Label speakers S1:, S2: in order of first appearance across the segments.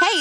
S1: Hey,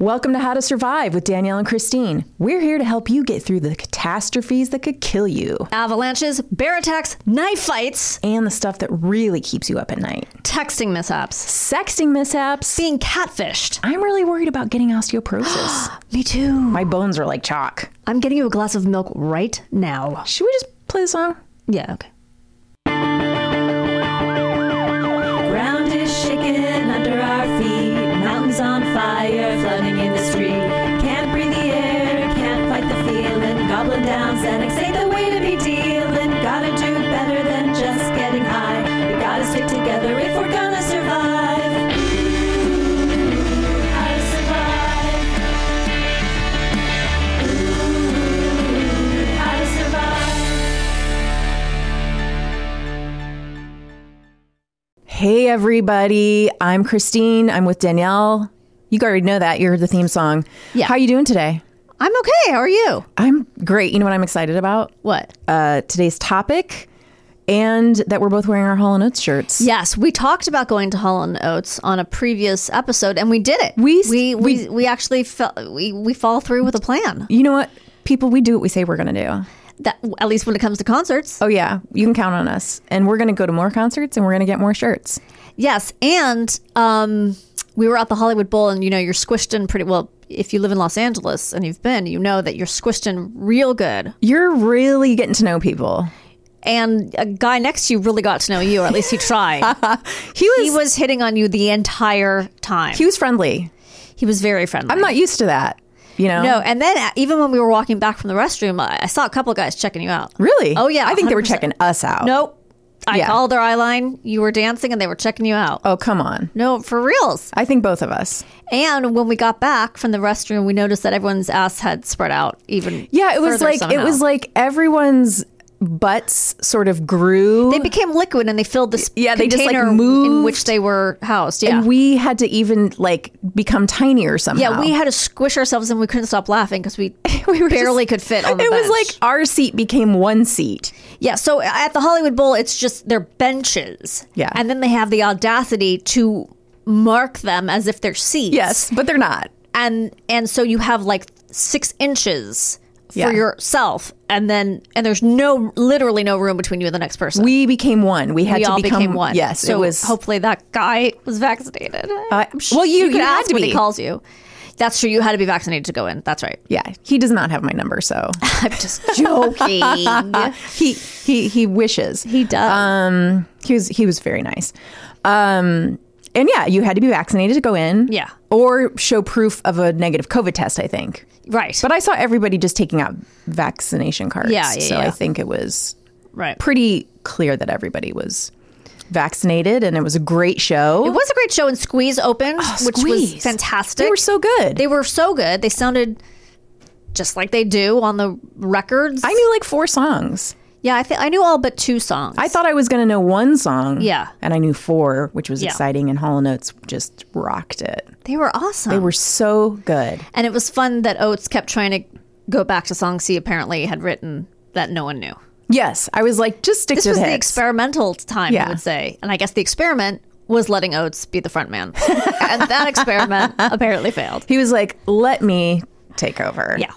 S2: Welcome to How to Survive with Danielle and Christine. We're here to help you get through the catastrophes that could kill you
S3: avalanches, bear attacks, knife fights,
S2: and the stuff that really keeps you up at night.
S3: Texting mishaps,
S2: Sexting mishaps.
S3: being catfished.
S2: I'm really worried about getting osteoporosis.
S3: Me too.
S2: My bones are like chalk.
S3: I'm getting you a glass of milk right now.
S2: Should we just play the song?
S3: Yeah, okay.
S4: Ground is shaking under our feet. Mountains on fire, flooding in the street. Can't breathe the air, can't fight the feeling. Goblin down, Xanax ain't the way to be dealing. Gotta do better than just getting high. We gotta stick together if we're gonna survive. Ooh, how to survive. Ooh, how to survive.
S2: Hey, everybody. I'm Christine. I'm with Danielle. You already know that. You heard the theme song.
S3: Yeah.
S2: How you doing today?
S3: I'm okay. How are you?
S2: I'm great. You know what I'm excited about?
S3: What?
S2: Uh, today's topic and that we're both wearing our Hall & Oates shirts.
S3: Yes, we talked about going to Hall and Oates on a previous episode, and we did it.
S2: We-
S3: we we,
S2: we-
S3: we, actually fell, we we follow through with a plan.
S2: You know what? People, we do what we say we're going to do.
S3: That at least when it comes to concerts.
S2: Oh, yeah. You can count on us. And we're going to go to more concerts and we're going to get more shirts.
S3: Yes, and um, we were at the Hollywood Bowl, and you know you're squished in pretty well. If you live in Los Angeles and you've been, you know that you're squished in real good.
S2: You're really getting to know people.
S3: And a guy next to you really got to know you, or at least he tried.
S2: He was
S3: he
S2: he was,
S3: was hitting on you the entire time. He,
S2: friendly.
S3: was very friendly.
S2: I'm not used to that. You know?
S3: No, and then uh, even when we were walking back from the restroom, I, I saw a couple of guys checking you out.
S2: Really?
S3: Oh yeah.
S2: I think they were
S3: 100%.
S2: checking us out.
S3: Nope. I
S2: Yeah.
S3: called their eye line. You were dancing, and they were checking you out.
S2: Oh, come on.
S3: No, for reals.
S2: I think both of us.
S3: And when we got back from the restroom, we noticed that everyone's ass had spread out even.
S2: Yeah, it was
S3: further
S2: like
S3: somehow.
S2: it was like everyone's butts sort of grew.
S3: they became liquid and they filled this
S2: Yeah, they just, like,
S3: container in
S2: moved.
S3: which they were housed. Yeah,
S2: and we had to even like become tinier somehow.
S3: yeah, we had to squish ourselves and we couldn't stop laughing because we, barely could fit on the
S2: It was
S3: bench.
S2: like our seat became one seat.
S3: Yeah, so at the Hollywood Bowl, it's just they're benches.
S2: Yeah.
S3: And then they have the audacity to mark them as if they're seats.
S2: Yes, but they're not.
S3: And and so you have like six inches for
S2: Yeah.
S3: yourself and then and there's no literally no room between you and the next person.
S2: We became one. We had
S3: We
S2: to
S3: all
S2: become
S3: became one.
S2: Yes,
S3: So
S2: it was.
S3: hopefully that guy was vaccinated.
S2: I-
S3: I'm
S2: well, you-
S3: could
S2: you had
S3: ask
S2: to
S3: when
S2: be.
S3: he calls you. That's true. You had to be vaccinated to go in. That's right.
S2: yeah, he does not have my number, so
S3: I'm just joking. Um,
S2: he he he wishes
S3: he does.
S2: he was he was very nice. Um, and yeah, you had to be vaccinated to go in.
S3: Yeah.
S2: or show proof of a negative COVID test. I think.
S3: right.
S2: But I saw everybody just taking out vaccination cards.
S3: Yeah, yeah,
S2: so I
S3: yeah.
S2: think it was
S3: right.
S2: pretty clear that everybody was vaccinated, and it was a great show.
S3: It was a great show, and Squeeze opened, which
S2: Oh, Squeeze.
S3: was fantastic.
S2: They were so good.
S3: They were so good. They sounded just like they do on the records.
S2: I knew like four songs.
S3: yeah, I think I knew all but two songs.
S2: I thought I was going to know one song.
S3: Yeah.
S2: And I knew four, which was
S3: Yeah.
S2: exciting. And Hall & Oates just rocked it.
S3: they were awesome. They
S2: They were so good.
S3: and it was fun that Oates kept trying to go back to songs he apparently had written that no one knew.
S2: Yes. I was like, just stick
S3: This
S2: to
S3: was
S2: the
S3: the
S2: hits.
S3: experimental time,
S2: Yeah.
S3: you would say, and I guess the experiment was letting Oates be the front man, and that experiment apparently failed.
S2: he was like, let me take over.
S3: Yeah.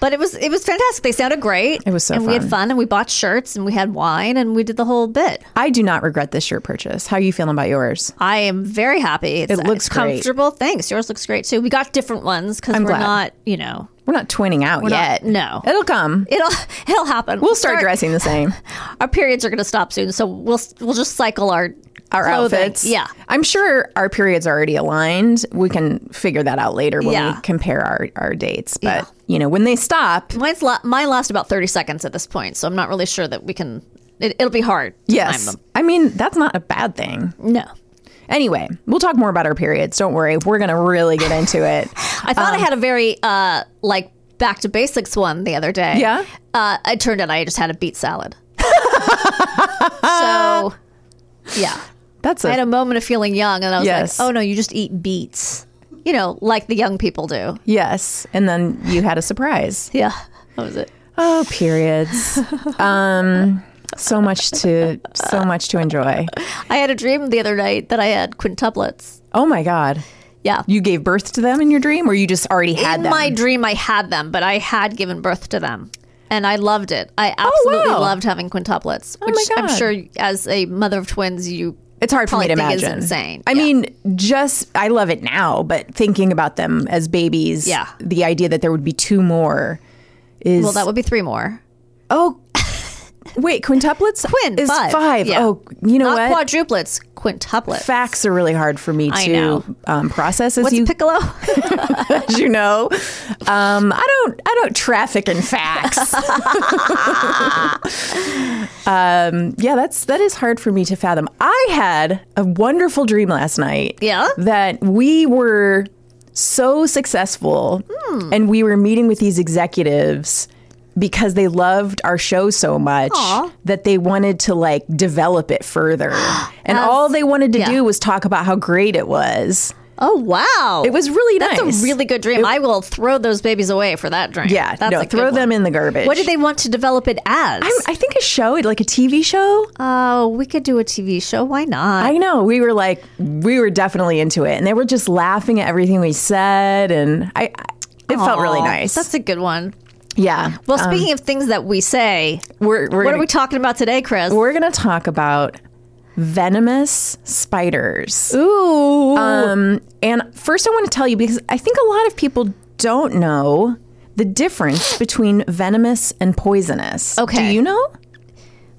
S3: But it was it was fantastic. They sounded great.
S2: It was so
S3: and we had
S2: fun.
S3: fun and we bought shirts and we had wine and we did the whole bit.
S2: I do not regret this shirt purchase. How are you feeling about yours?
S3: I am very happy. It's,
S2: It looks
S3: it's
S2: great.
S3: comfortable. Thanks. Yours looks great too. We got different ones because
S2: I'm
S3: we're
S2: glad.
S3: not, you know,
S2: We're not twinning out
S3: not-
S2: yet.
S3: no.
S2: It'll come.
S3: it'll it'll happen.
S2: We'll start dressing the same.
S3: Our periods are going to stop soon, so we'll we'll just cycle our
S2: Our
S3: clothing.
S2: outfits.
S3: Yeah,
S2: I'm sure our periods are already aligned. We can figure that out later when
S3: Yeah.
S2: we compare our, our dates. But, you know, when they stop,
S3: mine's la- mine lasts about thirty seconds at this point, so I'm not really sure that we can. It, it'll be hard. to time
S2: yes.
S3: them.
S2: I mean, that's not a bad thing.
S3: No,
S2: Anyway, we'll talk more about our periods. Don't worry. We're going to really get into it.
S3: I thought
S2: Um,
S3: I had a very uh like back to basics one the other day.
S2: Yeah?
S3: uh, it turned out I just had a beet salad. so, yeah.
S2: That's a
S3: I had a moment of feeling young, and I was
S2: Yes.
S3: like, "Oh no, you just eat beets," you know, like the young people do.
S2: yes. And then you had a surprise.
S3: Yeah, that was it.
S2: Oh, periods. um, so much to so much to enjoy.
S3: I had a dream the other night that I had quintuplets.
S2: Oh my god.
S3: Yeah,
S2: You gave birth to them in your dream or you just already had
S3: in
S2: them?
S3: my dream, I had them, but I had given birth to them, and I loved it. I absolutely
S2: Oh, wow. Oh
S3: loved having quintuplets,
S2: my
S3: which I'm
S2: God.
S3: sure, as a mother of twins, you
S2: it's hard for me to
S3: probably think is
S2: imagine.
S3: insane.
S2: I
S3: Yeah.
S2: mean, just I love it now, but thinking about them as babies,
S3: Yeah.
S2: the idea that there would be two more is
S3: well, that would be three more.
S2: oh wait, quintuplets
S3: Quin,
S2: is
S3: five. Yeah.
S2: Oh, you know
S3: Not
S2: what?
S3: quadruplets, quintuplets.
S2: Facts are really hard for me
S3: I
S2: to
S3: know.
S2: um, process as
S3: What's
S2: you
S3: piccolo?
S2: as you know. Um, I don't I don't traffic in facts. um, yeah, that's that is hard for me to fathom. I had a wonderful dream last night.
S3: Yeah?
S2: That we were so successful
S3: Hmm.
S2: and we were meeting with these executives because they loved our show so much that they wanted to like develop it further. And all they wanted to
S3: yeah.
S2: do was talk about how great it was.
S3: Oh wow!
S2: It was really nice.
S3: That's a really good dream. I will throw those babies away for that dream.
S2: Yeah,
S3: That's
S2: no,
S3: a
S2: throw
S3: good
S2: them
S3: one.
S2: in the garbage.
S3: What did they want to develop it as?
S2: I'm, I think a show, like a TV show.
S3: oh, we could do a TV show. Why not?
S2: I know we were like, we were definitely into it, and they were just laughing at everything we said, and I, I it felt really
S3: Aw,
S2: nice.
S3: That's a good one.
S2: yeah.
S3: Well, speaking of things that we say,
S2: we're we're
S3: what
S2: gonna,
S3: are we talking about today, Chris?
S2: we're gonna talk about venomous spiders.
S3: Ooh,
S2: Um, and first, I want to tell you because I think a lot of people don't know the difference between venomous and poisonous.
S3: Okay.
S2: do you know?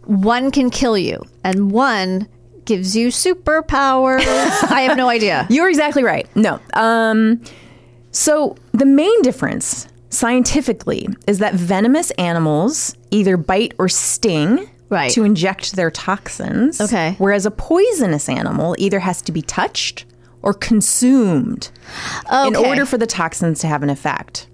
S3: one can kill you, and one gives you superpowers. I have no idea.
S2: You're exactly right. No. Um, so the main difference scientifically is that venomous animals either bite or sting
S3: Right.
S2: to inject their toxins.
S3: Okay.
S2: Whereas a poisonous animal either has to be touched or consumed in
S3: Okay.
S2: order for the toxins to have an effect.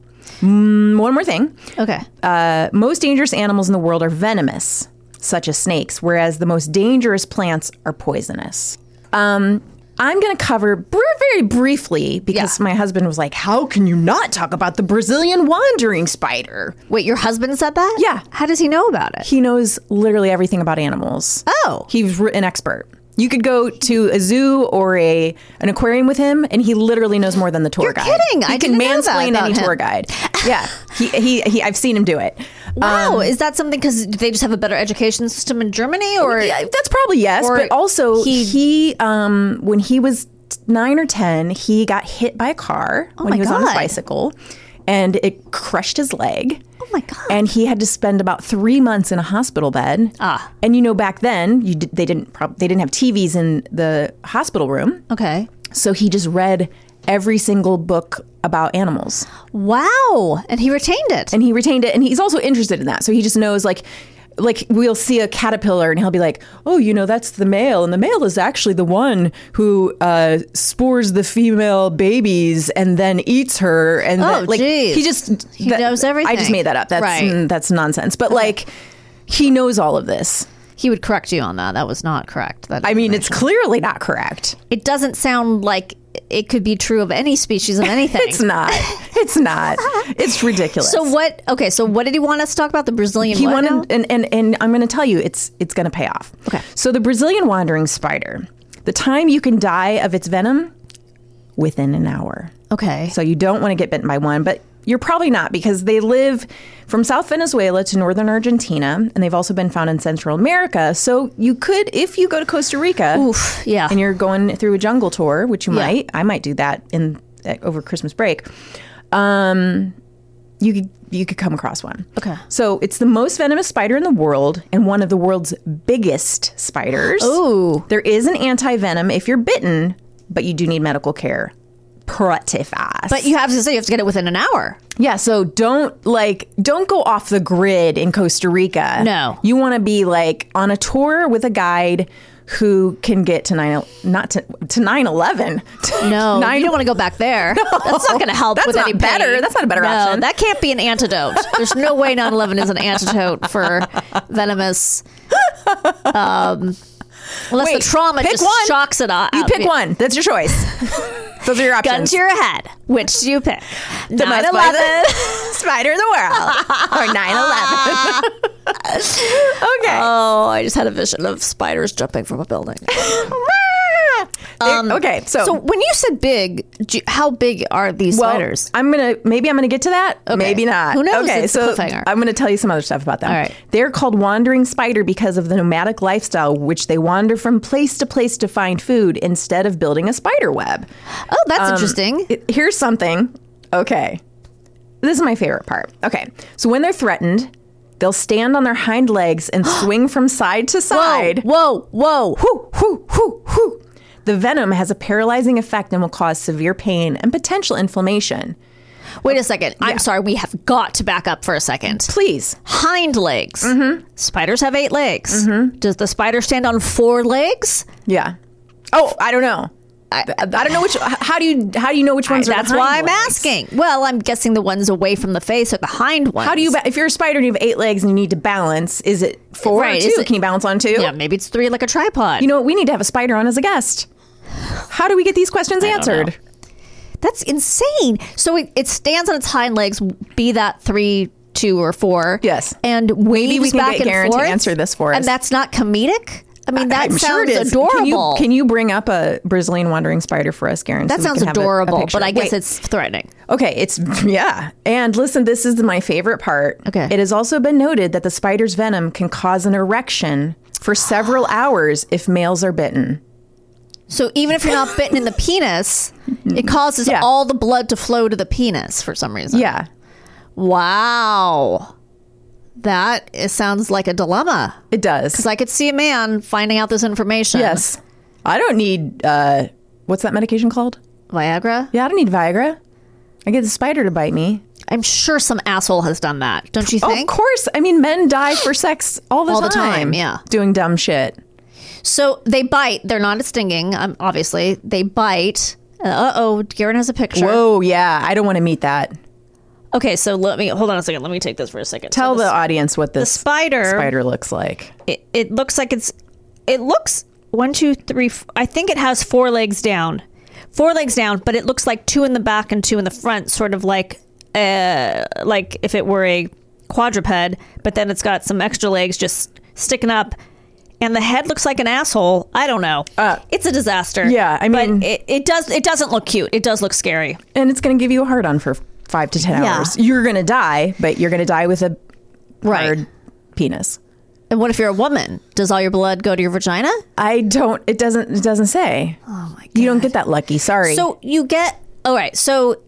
S2: Mm, one more thing.
S3: Okay,
S2: Uh, Most dangerous animals in the world are venomous, such as snakes, whereas the most dangerous plants are poisonous. Um, I'm going to cover br- very briefly because my husband was like, How can you not talk about the Brazilian wandering spider?
S3: wait, your husband said that?
S2: Yeah.
S3: How does he know about it?
S2: He knows literally everything about animals.
S3: Oh.
S2: He's re- an expert. You could go to a zoo or a an aquarium with him, and he literally knows more than the tour
S3: You're
S2: guide.
S3: kidding.
S2: He
S3: I
S2: can
S3: didn't know that
S2: mansplain
S3: about
S2: any
S3: him.
S2: tour guide. Yeah, he, he, he I've seen him do it.
S3: Wow, Oh,
S2: Um,
S3: is that something because they just have a better education system in Germany, or
S2: Oh, Yeah, that's probably yes.
S3: Or
S2: but also,
S3: he-
S2: he, um, when he was t- nine or ten, he got hit by a car when
S3: Oh my
S2: he was on his
S3: God.
S2: bicycle, and it crushed his leg.
S3: oh my god,
S2: And he had to spend about three months in a hospital bed.
S3: Ah.
S2: and you know, back then you did, they didn't prob- they didn't have TVs in the hospital room,
S3: okay,
S2: so he just read every single book about animals,
S3: wow, and he retained it.
S2: and he retained it. And he's also interested in that, so he just knows like. Like we'll see a caterpillar, and he'll be like, "Oh, you know, that's the male, and the male is actually the one who uh, spores the female babies and then eats her." And
S3: Oh,
S2: that- like
S3: geez.
S2: he just
S3: He knows everything.
S2: I just made that up. That's
S3: Right.
S2: mm, that's nonsense. But like, he knows all of this.
S3: He would correct you on that. That was not correct. That
S2: I mean, it's clearly not correct.
S3: it doesn't sound like it could be true of any species of anything.
S2: It's not. It's not. It's ridiculous.
S3: So what? Okay, so what did he want us to talk about? The Brazilian.
S2: he
S3: what now?
S2: wanted, and, and and I'm going to tell you, it's it's going to pay off.
S3: Okay.
S2: So the Brazilian wandering spider, the time you can die of its venom, within an hour.
S3: Okay.
S2: So you don't want to get bitten by one, but You're probably not because they live from South Venezuela to northern Argentina, and they've also been found in Central America. So you could, if you go to Costa Rica,
S3: Oof, yeah.
S2: and you're going through a jungle tour, which you
S3: Yeah.
S2: might, I might do that in at- over Christmas break. Um, you could you could come across one.
S3: Okay.
S2: So it's the most venomous spider in the world and one of the world's biggest spiders.
S3: Ooh.
S2: There is an anti venom if you're bitten, but you do need medical care. Pretty fast.
S3: But you have to say you have to get it within an hour.
S2: Yeah, so don't like don't go off the grid in Costa Rica.
S3: No.
S2: You want to be like on a tour with a guide who can get to 9 not to to 911.
S3: No,
S2: Nine-
S3: you don't want to go back there. That's not going to help
S2: That's
S3: with
S2: not
S3: any
S2: better.
S3: pain.
S2: That's not a better
S3: no,
S2: option.
S3: that can't be an antidote. There's no way 9/11 is an antidote for venomous. Um, unless
S2: Wait,
S3: the trauma
S2: pick
S3: just
S2: one.
S3: shocks it out.
S2: You pick one. That's your choice. Those are your options.
S3: Gun to your head. Which do you pick?
S2: The most
S3: 9/11.
S2: spider- spider in the world or 911. okay.
S3: Oh, I just had a vision of spiders jumping from a building.
S2: There- okay, so,
S3: Um, So when you said big, do you- how big are these
S2: well,
S3: spiders?
S2: I'm gonna maybe I'm gonna get to that. Maybe not.
S3: Who knows?
S2: Okay,
S3: It's a
S2: so
S3: cliffhanger.
S2: I'm gonna tell you some other stuff about them.
S3: All right.
S2: They're called wandering spider because of the nomadic lifestyle, which they wander from place to place to find food instead of building a spider web.
S3: Oh, that's interesting.
S2: um, It- here's something. Okay. This is my favorite part. Okay. So when they're threatened, they'll stand on their hind legs and swing from side to side.
S3: Whoa, whoa, whoa.
S2: Whoo, whoo, whoo, whoo. The venom has a paralyzing effect and will cause severe pain and potential inflammation.
S3: Wait a second. I'm sorry. We have got to back up for a second.
S2: Please.
S3: Hind legs.
S2: Mm-hmm.
S3: Spiders have eight legs. Does the spider stand on four legs?
S2: Yeah. Oh, I don't know. I, I don't know which. How do you how do you know which ones are?
S3: That's
S2: the hind
S3: why I'm
S2: ones?
S3: asking. Well, I'm guessing the ones away from the face are the hind ones.
S2: How do you? ba- If you're a spider and you have eight legs and you need to balance, is it four
S3: Right,
S2: or
S3: is
S2: two?
S3: it-
S2: Can you balance on two?
S3: Yeah, maybe it's three like a tripod.
S2: You know what? We need to have a spider on as a guest. How do we get these questions answered?
S3: That's insane. So it, it stands on its hind legs, be that three, two, or four.
S2: Yes.
S3: And waves
S2: Maybe we can
S3: back
S2: get
S3: and
S2: Karen to
S3: forth.
S2: answer this for us.
S3: And that's not comedic? I mean, that
S2: I'm
S3: sounds
S2: sure it is.
S3: adorable.
S2: Can you, can you bring up a Brazilian wandering spider for us, Karen? so
S3: that
S2: we
S3: sounds
S2: can have a- a
S3: adorable,
S2: picture?
S3: but I guess
S2: Wait.
S3: it's threatening.
S2: Okay, it's yeah. And listen, this is my favorite part.
S3: Okay.
S2: It has also been noted that the spider's venom can cause an erection for several hours if males are bitten.
S3: So even if you're not bitten in the penis, it causes
S2: Yeah.
S3: all the blood to flow to the penis for some reason.
S2: Yeah.
S3: Wow. That is, sounds like a dilemma.
S2: It does.
S3: Because I could see a man finding out this information.
S2: yes. I don't need uh what's that medication called?
S3: Viagra.
S2: Yeah, I don't need Viagra. I get the spider to bite me.
S3: I'm sure some asshole has done that. Don't you
S2: Oh,
S3: think?
S2: of course. I mean, men die for sex all the
S3: All the
S2: time.
S3: time, yeah.
S2: Doing dumb shit.
S3: So they bite. They're not stinging, um, obviously. They bite. Uh oh, Garen has a picture.
S2: Whoa, yeah. I don't want to meet that.
S3: Okay, so let me hold on a second. Let me take this for a second.
S2: Tell
S3: so
S2: the
S3: this-
S2: audience what this
S3: spider-
S2: spider looks like.
S3: it, it looks like it's it looks one two three f- i think it has four legs down four legs down but it looks like two in the back and two in the front sort of like uh like if it were a quadruped but then it's got some extra legs just sticking up and the head looks like an asshole i don't know it's a disaster
S2: Uh, yeah, I mean-
S3: but it, it does it doesn't look cute it does look scary
S2: and it's going to give you a hard on for five to ten
S3: Yeah.
S2: hours. You're going to die, but you're going to die with a hard penis.
S3: and what if you're a woman does all your blood go to your vagina
S2: I don't. It doesn't. It doesn't say. Oh my god! You don't get that lucky. Sorry.
S3: So you get all right. So,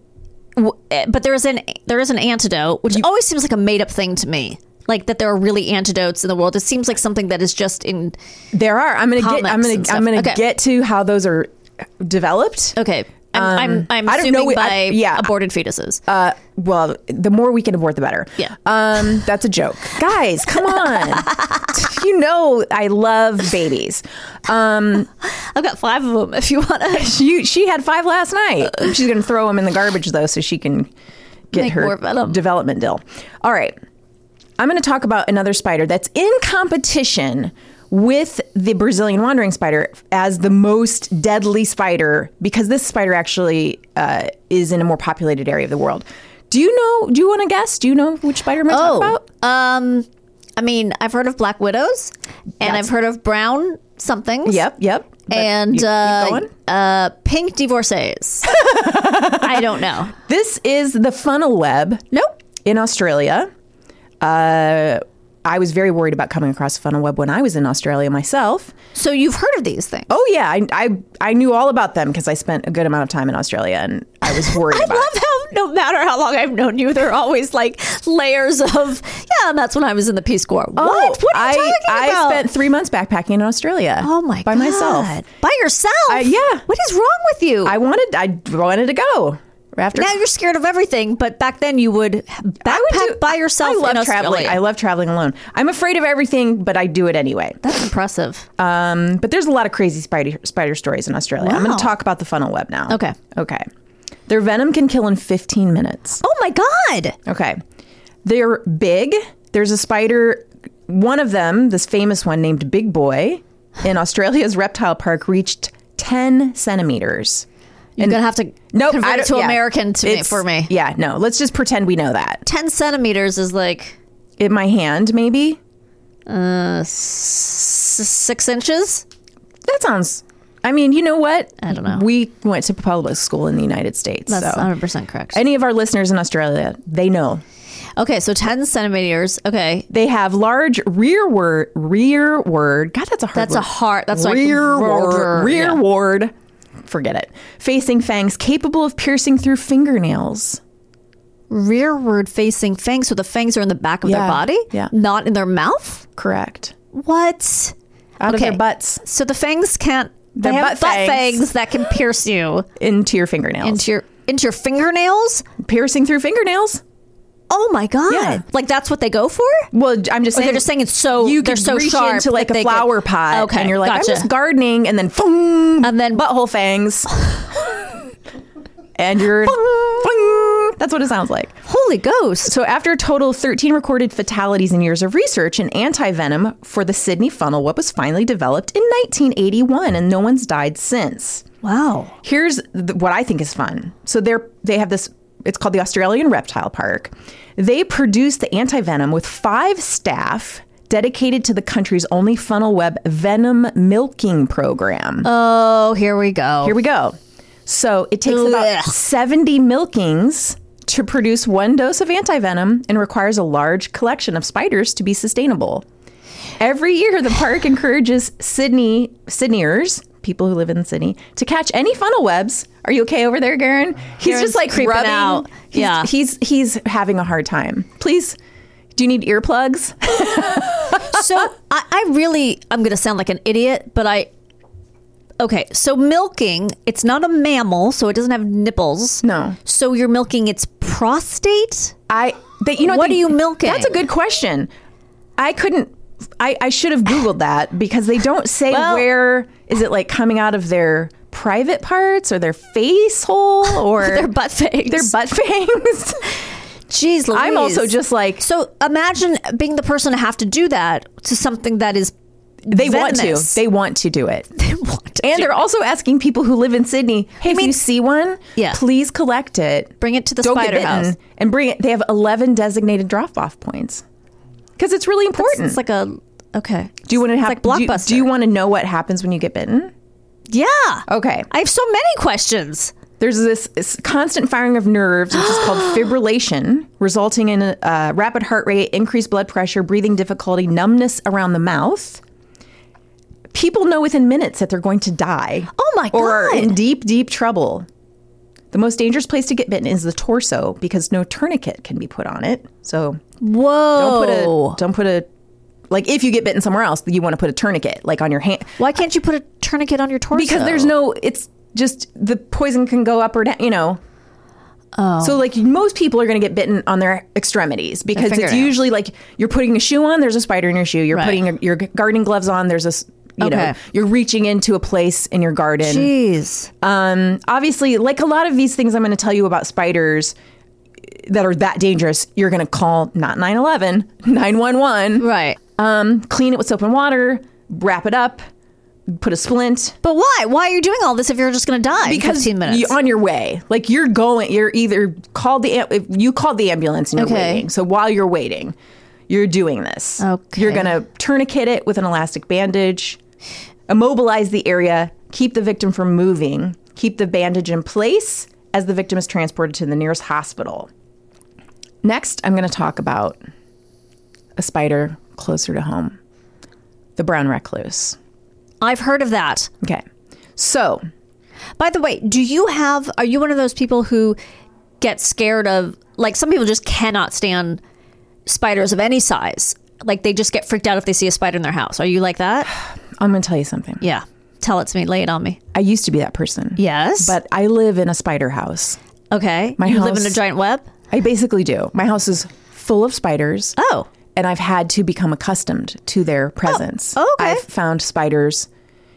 S3: w- eh, but there is an there is an antidote, which always seems like a made up thing to me. Like that there are really antidotes in the world. It seems like something that is just in
S2: there are. I'm going to get.
S3: Comics
S2: I'm going
S3: and
S2: to.
S3: stuff.
S2: I'm going to
S3: Okay.
S2: get to how those are developed.
S3: okay. I'm I'm, I'm
S2: Um, I don't know
S3: assuming
S2: what-
S3: by
S2: I- yeah.
S3: aborted fetuses.
S2: Uh, well, the more we can abort, the better.
S3: Yeah.
S2: Um, that's a joke, guys. Come on. you know I love babies. Um,
S3: I've got five of them. If you want to
S2: she she had five last night. She's gonna throw them in the garbage though, so she can get
S3: Make
S2: her
S3: more venom.
S2: development deal. All right, I'm gonna talk about another spider that's in competition with the Brazilian wandering spider as the most deadly spider because this spider actually uh, is in a more populated area of the world. Do you know? Do you want to guess? Do you know which spider I'm gonna
S3: Oh.
S2: talk about?
S3: um, I mean, I've heard of black widows, and I've heard of brown somethings.
S2: Yep, yep.
S3: and uh,
S2: going?
S3: uh, pink divorcees. I don't know.
S2: This is the funnel web
S3: Nope.
S2: in Australia. Uh, I was very worried about coming across funnel web when I was in Australia myself.
S3: So you've heard of these things?
S2: Oh yeah, I I, I knew all about them because I spent a good amount of time in Australia and I was worried
S3: I
S2: about.
S3: love how no matter how long I've known you, there are always like layers of yeah. And that's when I was in the Peace Corps. What? what are you
S2: Oh, I,
S3: talking
S2: I
S3: about?
S2: spent three months backpacking in Australia.
S3: oh my
S2: by
S3: god
S2: myself.
S3: by yourself.
S2: yeah.
S3: What is wrong with you?
S2: I wanted I wanted to go after.
S3: now you're scared of everything, but back then you would backpack
S2: do-
S3: by yourself.
S2: I love
S3: in
S2: traveling.
S3: Australia.
S2: I love traveling alone. I'm afraid of everything, but I do it anyway.
S3: that's impressive.
S2: But there's a lot of crazy spider spider stories in Australia. I'm going
S3: Wow.
S2: to talk about the funnel web now.
S3: Okay.
S2: Okay. Their venom can kill in 15 minutes.
S3: oh my god.
S2: Okay. They're big. There's a spider, one of them, this famous one named Big Boy, in Australia's reptile park reached 10 centimeters.
S3: You're gonna have to
S2: Nope,
S3: convert
S2: I
S3: it
S2: don't-
S3: to
S2: yeah.
S3: American to me,
S2: It's-
S3: for me.
S2: Yeah, no. Let's just pretend we know that.
S3: Ten centimeters is like
S2: In my hand, maybe?
S3: s- six inches.
S2: That sounds. I mean, you know what? I don't know. We went to public school in the United States.
S3: That's
S2: so.
S3: 100 percent correct.
S2: Any of our listeners in Australia, they know.
S3: okay, so 10 centimeters. Okay,
S2: They have large rearward, rearward. God, that's a hard.
S3: That's a
S2: word.
S3: hard- that's like
S2: rearward,
S3: roar, yeah.
S2: rearward. Forget it. Facing fangs capable of piercing through fingernails.
S3: rearward facing fangs. So the fangs are in the back of their
S2: Yeah,
S3: body,
S2: yeah.
S3: not in their mouth.
S2: Correct.
S3: What?
S2: Out
S3: Okay.
S2: of their butts
S3: So the fangs can't. They
S2: They're butt
S3: have
S2: fangs.
S3: that can pierce you
S2: into your fingernails.
S3: into your into your fingernails.
S2: piercing through fingernails.
S3: Oh my god!
S2: Yeah.
S3: Like that's what they go for.
S2: Well, j- I'm just saying.
S3: they're just saying it's so-
S2: you
S3: they're
S2: could
S3: so
S2: reach
S3: sharp
S2: into like a
S3: that they could-
S2: flower pot,
S3: Okay,
S2: and you're like,
S3: gotcha.
S2: I'm just gardening, and then boom,
S3: And then-
S2: butthole fangs, and you're. Boing. That's what it sounds like.
S3: Holy ghost!
S2: So, after a total of 13 recorded fatalities and years of research, an anti venom for the Sydney funnel web was finally developed in 1981, and no one's died since.
S3: Wow.
S2: Here's th- what I think is fun. So, they're, they have this, it's called the Australian Reptile Park. They produce the anti venom with five staff dedicated to the country's only funnel web venom milking program.
S3: Oh, here we go.
S2: Here we go. So it takes about
S3: Ugh.
S2: 70 milkings to produce one dose of antivenom and requires a large collection of spiders to be sustainable. Every year, the park encourages Sydney Sydneyers, people who live in Sydney, to catch any funnel webs. Are you okay over there, Garen? He's
S3: Garen's
S2: just like
S3: creeping
S2: rubbing
S3: out.
S2: He's,
S3: Yeah.
S2: he's he's having a hard time. Please, do you need earplugs?
S3: so I, I really I'm gonna sound like an idiot, but I okay. So milking, it's not a mammal, so it doesn't have nipples.
S2: No.
S3: So you're milking its prostate.
S2: I that you know
S3: What
S2: they-
S3: are you milking?
S2: That's a good question. I couldn't. I, I should have googled that because they don't say
S3: Well-
S2: where is it like coming out of their private parts or their face hole or
S3: Their butt fangs.
S2: Their butt fangs.
S3: Jeez, Louise.
S2: I'm also just like
S3: So imagine being the person to have to do that to something that is
S2: they want to.
S3: venomous.
S2: They want to do it.
S3: They want to
S2: And
S3: do
S2: they're
S3: it.
S2: also asking people who live in Sydney, hey, if
S3: mean-
S2: you see one,
S3: Yeah.
S2: please collect it.
S3: Bring it to the
S2: Don't
S3: spider
S2: get bitten,
S3: house.
S2: And bring it. They have 11 designated drop off points because it's really important.
S3: It's like a okay.
S2: Do you want to have
S3: like
S2: do you-
S3: Blockbuster.
S2: Do you, want to know what happens when you get bitten?
S3: Yeah.
S2: Okay.
S3: I have so many questions.
S2: There's this, this constant firing of nerves, which is called fibrillation, resulting in a uh, rapid heart rate, increased blood pressure, breathing difficulty, numbness around the mouth. People know within minutes that they're going to die.
S3: Oh my
S2: Or are
S3: God.
S2: in deep, deep trouble. The most dangerous place to get bitten is the torso because no tourniquet can be put on it. So don't
S3: Whoa.
S2: put a don't put a like if you get bitten somewhere else, you want to put a tourniquet like on your hand.
S3: Why can't you put a tourniquet on your torso?
S2: because there's no it's just the poison can go up or down you know oh. so like most people are going to get bitten on their extremities because it's
S3: fingernails.
S2: usually like you're putting a shoe on there's a spider in your shoe you're
S3: Right.
S2: putting your, your gardening gloves on there's a s- you
S3: Okay.
S2: know you're reaching into a place in your garden
S3: Jeez.
S2: um obviously like a lot of these things i'm going to tell you about spiders eh, that are that dangerous you're going to call not 911 911
S3: Right.
S2: um clean it with soap and water wrap it up put a splint
S3: But why? Why are you doing all this if you're just going to die in 15 minutes?
S2: you- on your way, like you're going, you're either called the am- if you called the ambulance and you're
S3: Okay.
S2: waiting. So while you're waiting, you're doing this.
S3: Okay.
S2: You're gonna tourniquet it with an elastic bandage. immobilize the area, keep the victim from moving, keep the bandage in place as the victim is transported to the nearest hospital. Next, I'm going to talk about a spider closer to home the brown recluse.
S3: I've heard of that.
S2: Okay. So,
S3: By the way, do you have? Are you one of those people who get scared of? Like some people just cannot stand spiders of any size. Like they just get freaked out if they see a spider in their house. Are you like that?
S2: I'm going to tell you something.
S3: Yeah. Tell it to me. Lay it on me.
S2: I used to be that person.
S3: Yes.
S2: But I live in a spider house.
S3: okay.
S2: My
S3: you live in a
S2: house-
S3: giant web.
S2: I basically do. My house is full of spiders.
S3: Oh.
S2: and I've had to become accustomed to their presence.
S3: oh, okay.
S2: I've found spiders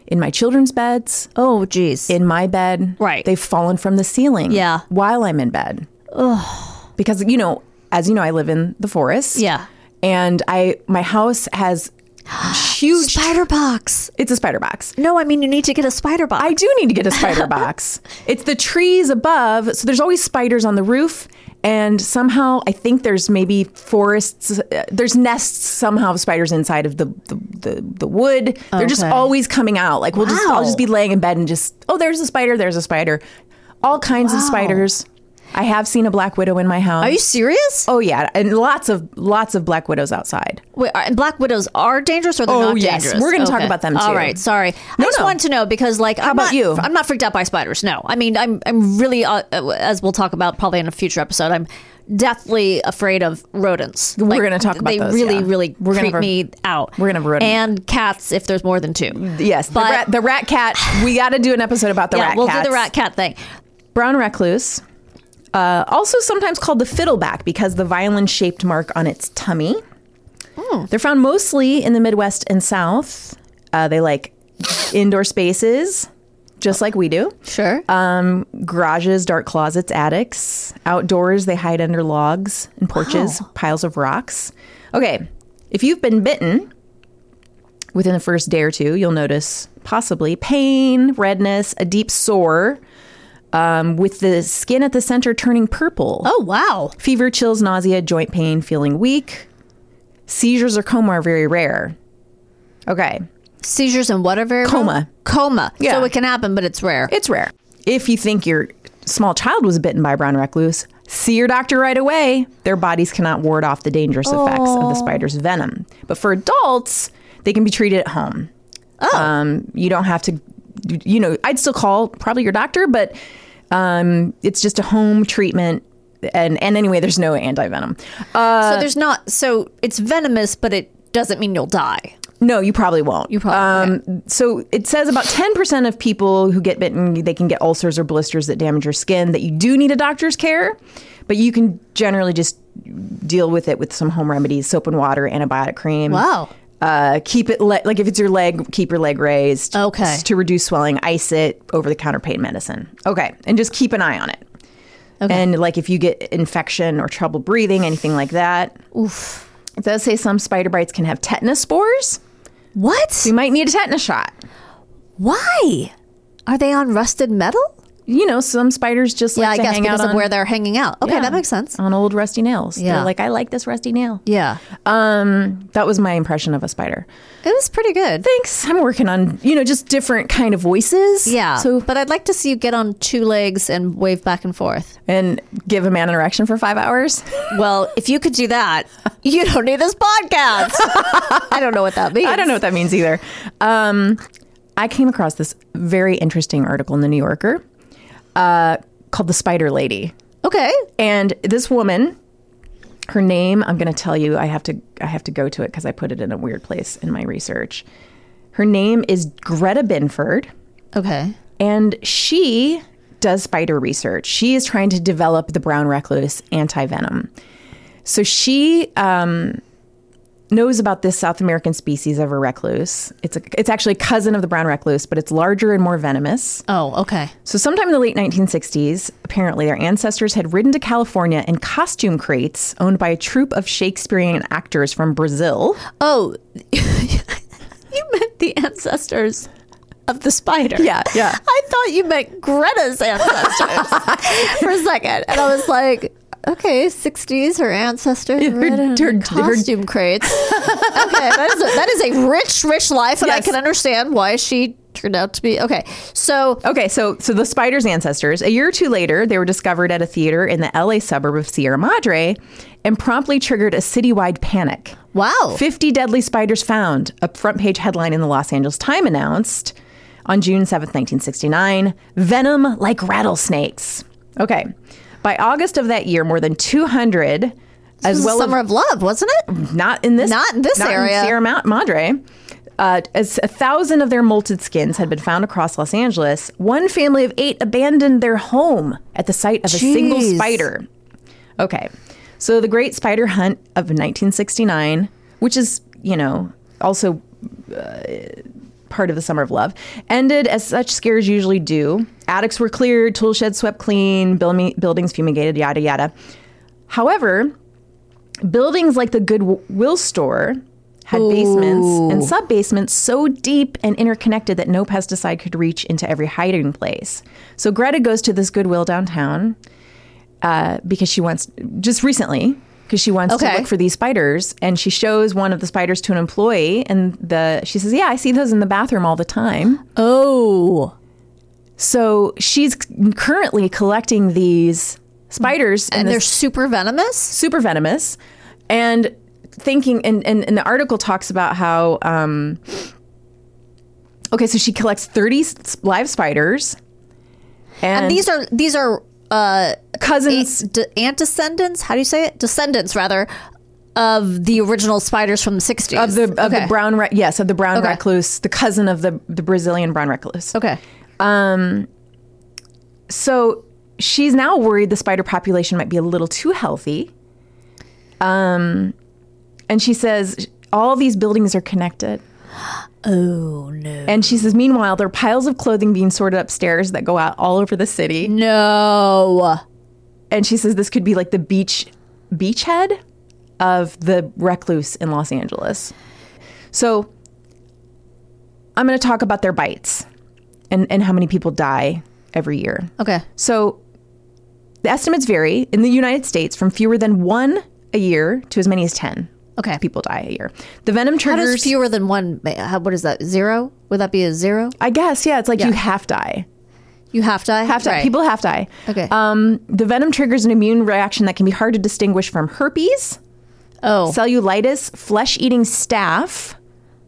S2: in my children's beds,
S3: Oh, geez.
S2: in my bed.
S3: Right.
S2: They've fallen from the ceiling.
S3: Yeah.
S2: While I'm in bed. Ugh. Because you know, as you know, I live in the forest.
S3: yeah.
S2: And I my house has huge
S3: Spider box.
S2: it's a spider box.
S3: No, I mean you need to get a spider box.
S2: I do need to get a spider box. It's the trees above, so there's always spiders on the roof, and somehow I think there's maybe forests, uh, there's nests somehow of spiders inside of the the, the, the wood. They're just
S3: Okay.
S2: always coming out. Like we'll just I'll
S3: Wow.
S2: just be laying in bed and just oh there's a spider, there's a spider, all kinds of spiders. I have seen a black widow in my house.
S3: Are you serious?
S2: Oh yeah, and lots of lots of black widows outside.
S3: Wait, are- and black widows are dangerous or they're
S2: Oh,
S3: not
S2: yes.
S3: dangerous?
S2: We're gonna talk about them,
S3: All
S2: too.
S3: right, sorry. I just
S2: no.
S3: wanted to know because, like, how I'm
S2: about
S3: not,
S2: you?
S3: I'm not freaked out by spiders. No, I mean, I'm I'm really, uh, uh, as we'll talk about probably in a future episode, I'm deathly afraid of rodents. We're
S2: gonna talk about
S3: they
S2: those,
S3: really,
S2: yeah.
S3: really
S2: We're gonna
S3: creep
S2: have a-
S3: me out.
S2: we're gonna have a rodent.
S3: and cats if there's more than two.
S2: Yes,
S3: But-
S2: the, rat, the rat cat. We got to do an episode about the
S3: yeah,
S2: rat
S3: we'll
S2: cats.
S3: do the rat cat thing.
S2: brown recluse, uh, also sometimes called the fiddleback because the violin shaped mark on its tummy. They're found mostly in the Midwest and South. Uh, they like indoor spaces, just like we do.
S3: Sure.
S2: Garages, dark closets, attics. Outdoors, they hide under logs and porches, piles of rocks. Okay, if you've been bitten within the first day or two, you'll notice possibly pain, redness, a deep sore, um, with the skin at the center turning purple.
S3: oh wow.
S2: Fever, chills, nausea, joint pain, feeling weak. Seizures or coma are very rare. Okay,
S3: Seizures and what are very
S2: Coma.
S3: Coma.
S2: Yeah.
S3: So it can happen, but it's rare.
S2: It's rare. If you think your small child was bitten by a brown recluse, see your doctor right away. Their bodies cannot ward off the dangerous effects of the spider's venom. But for adults, they can be treated at home. Oh. Um, you don't have to, you know, I'd still call probably your doctor, but um, it's just a home treatment. And, and anyway, there's no Uh, anti venom.
S3: so there's not. So it's venomous, but it doesn't mean you'll die.
S2: No, you probably won't. You
S3: probably-
S2: Um, So it says about ten percent of people who get bitten, they can get ulcers or blisters that damage your skin. That you do need a doctor's care, but you can generally just deal with it with some home remedies, soap and water, antibiotic cream.
S3: Wow.
S2: Uh, keep it le- like if it's your leg, keep your leg raised.
S3: Okay.
S2: s- To reduce swelling, ice it over the counter pain medicine. Okay, and just keep an eye on it. Okay. And like if you get infection or trouble breathing, anything like that. Oof. It does say some spider bites can have tetanus spores.
S3: What?
S2: You might need a tetanus shot.
S3: Why? Are they on rusted metal?
S2: You know, some spiders just
S3: Yeah,
S2: like
S3: I
S2: to
S3: guess
S2: hang
S3: because
S2: out
S3: of
S2: on,
S3: where they're hanging out. Okay,
S2: yeah,
S3: that makes sense.
S2: on old rusty nails.
S3: Yeah. Um,
S2: They're like, I like this rusty nail.
S3: Yeah,
S2: That was my impression of a spider.
S3: it was pretty good.
S2: Thanks. I'm working on you know just different kind of voices.
S3: Yeah,
S2: So
S3: but I'd like to see you get on two legs and wave back and forth.
S2: and give a man an erection for five hours.
S3: Well, if you could do that, you don't need this podcast. I don't know what that means.
S2: I don't know what that means either. Um, I came across this very interesting article in the New Yorker uh, called "The Spider Lady."
S3: Okay,
S2: and this woman her name i'm going to tell you i have to i have to go to it because i put it in a weird place in my research her name is greta binford
S3: okay.
S2: and she does spider research she is trying to develop the brown recluse anti-venom so she um, knows about this south american species of a recluse it's, a, it's actually a cousin of the brown recluse but it's larger and more venomous
S3: Oh, okay.
S2: so, sometime in the late 1960s, apparently their ancestors had ridden to California in costume crates owned by a troupe of Shakespearean actors from Brazil.
S3: Oh, you meant the ancestors of the spider.
S2: Yeah, yeah.
S3: I thought you meant Greta's ancestors for a second. And I was like, Okay, sixties. Her ancestors
S2: Her-
S3: read in
S2: her- her-
S3: costume crates. okay, that is, a, that is a rich, rich life, and I
S2: Yes.
S3: can understand why she turned out to be okay. So
S2: Okay, so so the spider's ancestors. A year or two later, they were discovered at a theater in the LA suburb of Sierra Madre and promptly triggered a citywide panic.
S3: wow,
S2: 50 deadly spiders found, a front page headline in the Los Angeles Times announced on June seventh, 1969. Venom like rattlesnakes. Okay. By August of that year, more than 200, as
S3: this
S2: well Mm-hmm. as
S3: was summer of love, wasn't it?
S2: not in this
S3: Not in this area.
S2: in Sierra Ma- Madre. Uh, as a thousand of their molted skins had been found across Los Angeles, one family of eight abandoned their home at the sight of a single
S3: Jeez.
S2: spider. Okay, so the Great Spider Hunt of 1969, which is you know also uh, part of the Summer of Love, ended as such scares usually do. Attics were cleared, tool sheds swept clean, buil- buildings fumigated, yada yada. However, buildings like the Goodwill store had basements and sub basements so deep and interconnected that no pesticide could reach into every hiding place. So Greta goes to this Goodwill downtown uh, because she wants, just recently, because she wants
S3: Okay.
S2: to look for these spiders, and she shows one of the spiders to an employee, and the she says, "Yeah, I see those in the bathroom all the time."
S3: Oh,
S2: So she's currently collecting these spiders, in
S3: and
S2: this
S3: they're super venomous.
S2: super venomous and thinking and, and, and the article talks about how um, okay so she collects 30 s- live spiders and,
S3: And these are these are uh,
S2: cousins
S3: de- antecedents. How do you say it? Descendants, rather, of the original spiders from the sixties
S2: of the of the brown re- yes of the brown
S3: Okay.
S2: recluse the cousin of the the brazilian brown recluse
S3: Okay.
S2: so she's now worried the spider population might be a little too healthy. Um, and she says all these buildings are connected. Oh no! And she says, meanwhile, there are piles of clothing being sorted upstairs that go out all over the city.
S3: No.
S2: And she says this could be like the beach beachhead of the recluse in Los Angeles. So I'm going to talk about their bites and and how many people die every year.
S3: Okay.
S2: So the estimates vary in the United States from fewer than one a year to as many as 10
S3: Okay.
S2: people die a year. The venom
S3: How
S2: triggers,
S3: does fewer than one? ma- How, what is that? Zero? Would that be a zero?
S2: I guess, yeah, it's like
S3: Yeah.
S2: you half die.
S3: You have to
S2: Half die.
S3: right.
S2: People half die.
S3: Okay.
S2: Um, the venom triggers an immune reaction that can be hard to distinguish from herpes,
S3: Oh,
S2: cellulitis, flesh eating staph,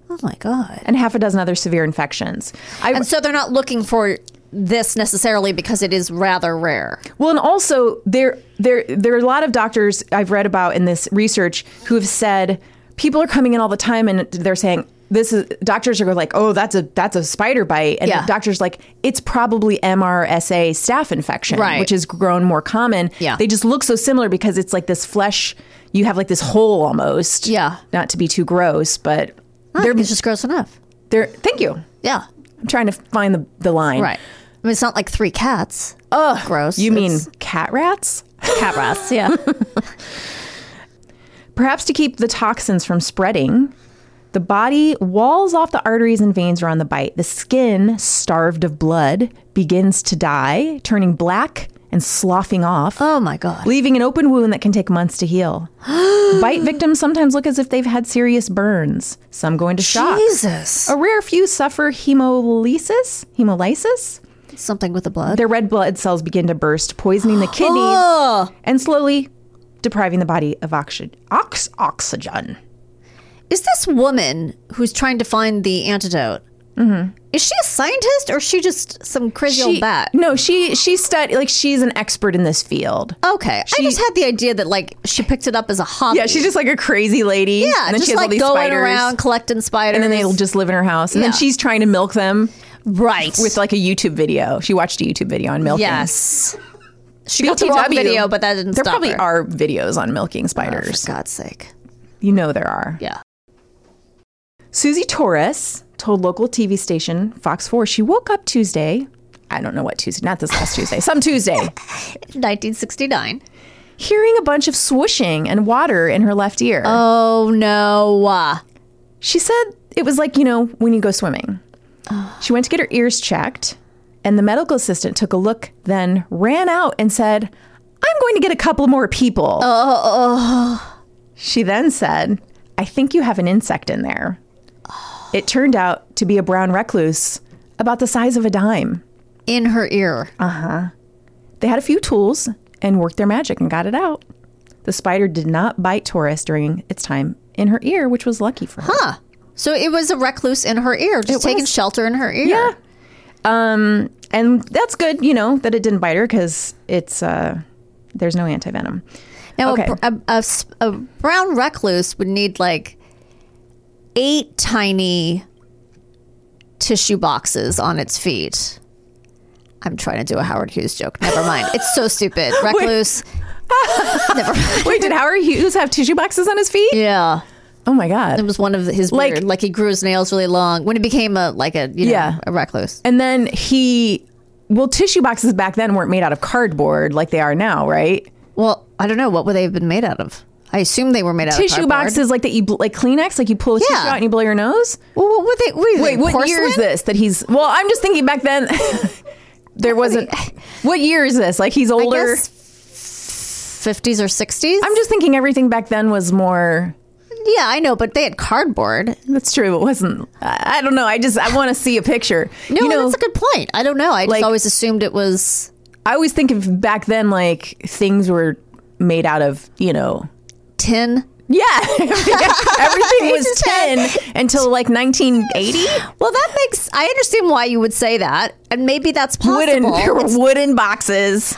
S3: oh my god!
S2: and half a dozen other severe infections. I,
S3: And so they're not looking for this necessarily because it is rather rare.
S2: Well, and also there there there are a lot of doctors I've read about in this research who have said people are coming in all the time and they're saying this is doctors are like, "Oh, that's a that's a spider bite." And
S3: Yeah.
S2: the doctors like, "It's probably MRSA staph infection,
S3: Right.
S2: which has grown more common."
S3: Yeah.
S2: They just look so similar because it's like this flesh you have like this hole almost.
S3: Yeah.
S2: Not to be too gross, but
S3: They're it's just gross enough.
S2: they're thank you.
S3: Yeah,
S2: I'm trying to find the the line.
S3: right. I mean, it's not like three cats. Oh, gross.
S2: You mean
S3: It's
S2: cat rats?
S3: cat rats? Yeah.
S2: Perhaps to keep the toxins from spreading, the body walls off the arteries and veins around the bite. The skin, starved of blood, begins to die, turning black and sloughing off,
S3: oh my god.
S2: leaving an open wound that can take months to heal. bite victims sometimes look as if they've had serious burns. Some go into shock.
S3: Jesus.
S2: A rare few suffer hemolysis, hemolysis,
S3: Something with the blood.
S2: their red blood cells begin to burst, poisoning the kidneys and slowly depriving the body of oxy- ox- oxygen.
S3: Is this woman who's trying to find the antidote? Is she a scientist or is she just some crazy old bat?
S2: No, Mm-hmm. she she studied like she's an expert in this field.
S3: Okay, I just had the idea that like she picked it up as a hobby.
S2: Yeah, she's just like a crazy lady.
S3: yeah,
S2: and then
S3: just
S2: she has
S3: like
S2: all these
S3: going
S2: spiders,
S3: around collecting spiders,
S2: and then they just live in her house, and
S3: Yeah.
S2: then she's trying to milk them
S3: right
S2: with like a YouTube video. She watched a YouTube video on milking.
S3: yes. She got the wrong
S2: BTW,
S3: video, but that didn't
S2: There
S3: stop
S2: probably
S3: her.
S2: are videos on milking
S3: Oh,
S2: spiders.
S3: for God's sake.
S2: You know there are.
S3: Yeah.
S2: Susie Torres told local TV station Fox 4 she woke up Tuesday. I don't know what Tuesday, not this last Tuesday, some Tuesday,
S3: 1969.
S2: hearing a bunch of swooshing and water in her left ear.
S3: Oh no. Uh,
S2: She said it was like, you know, when you go swimming. She went to get her ears checked, and the medical assistant took a look, then ran out and said, I'm going to get a couple more people. Oh. She then said, I think you have an insect in there. It turned out to be a brown recluse about the size of a dime.
S3: in her ear.
S2: Uh. They had a few tools and worked their magic and got it out. The spider did not bite Taurus during its time in her ear, which was lucky for her.
S3: Huh. So it was a recluse in her ear, just taking
S2: was.
S3: shelter in her ear.
S2: Yeah. Um, and that's good, you know, that it didn't bite her because it's uh, there's no antivenom.
S3: Now,
S2: Okay.
S3: a, br- a- a s- a brown recluse would need like eight tiny tissue boxes on its feet. I'm trying to do a Howard Hughes joke. Never mind. It's so stupid. Recluse. Never mind.
S2: Wait, did Howard Hughes have tissue boxes on his feet?
S3: Yeah.
S2: Oh my
S3: It
S2: god!
S3: was one of his
S2: Like-
S3: like, weird, like he grew his nails really long when he became a like a you know,
S2: Yeah.
S3: a recluse.
S2: And then he, well, tissue boxes back then weren't made out of cardboard like they are now, right?
S3: Well, I don't know what would they have been made out of. I assume they were made out of
S2: Tissue
S3: cardboard.
S2: boxes like that you bl- like Kleenex, like you pull a
S3: Yeah.
S2: tissue out and you blow your nose.
S3: Well, what would they? What,
S2: Wait, what year is this that he's? Well, I'm just thinking back then. there wasn't. What year is this? Like he's
S3: I
S2: older.
S3: guess fifties or sixties.
S2: I'm just thinking everything back then was more.
S3: Yeah, I know, but they had cardboard.
S2: That's true. It wasn't. I I don't know. I just I want to see a picture.
S3: No,
S2: you know,
S3: that's a good point. I don't know. I
S2: like-
S3: just always assumed it was.
S2: I always think of back then like things were made out of you know
S3: Tin.
S2: Yeah, everything, everything was
S3: just
S2: tin until like 1980.
S3: Well, that makes. I understand why you would say that, and maybe that's possible.
S2: Wooden, there were wooden boxes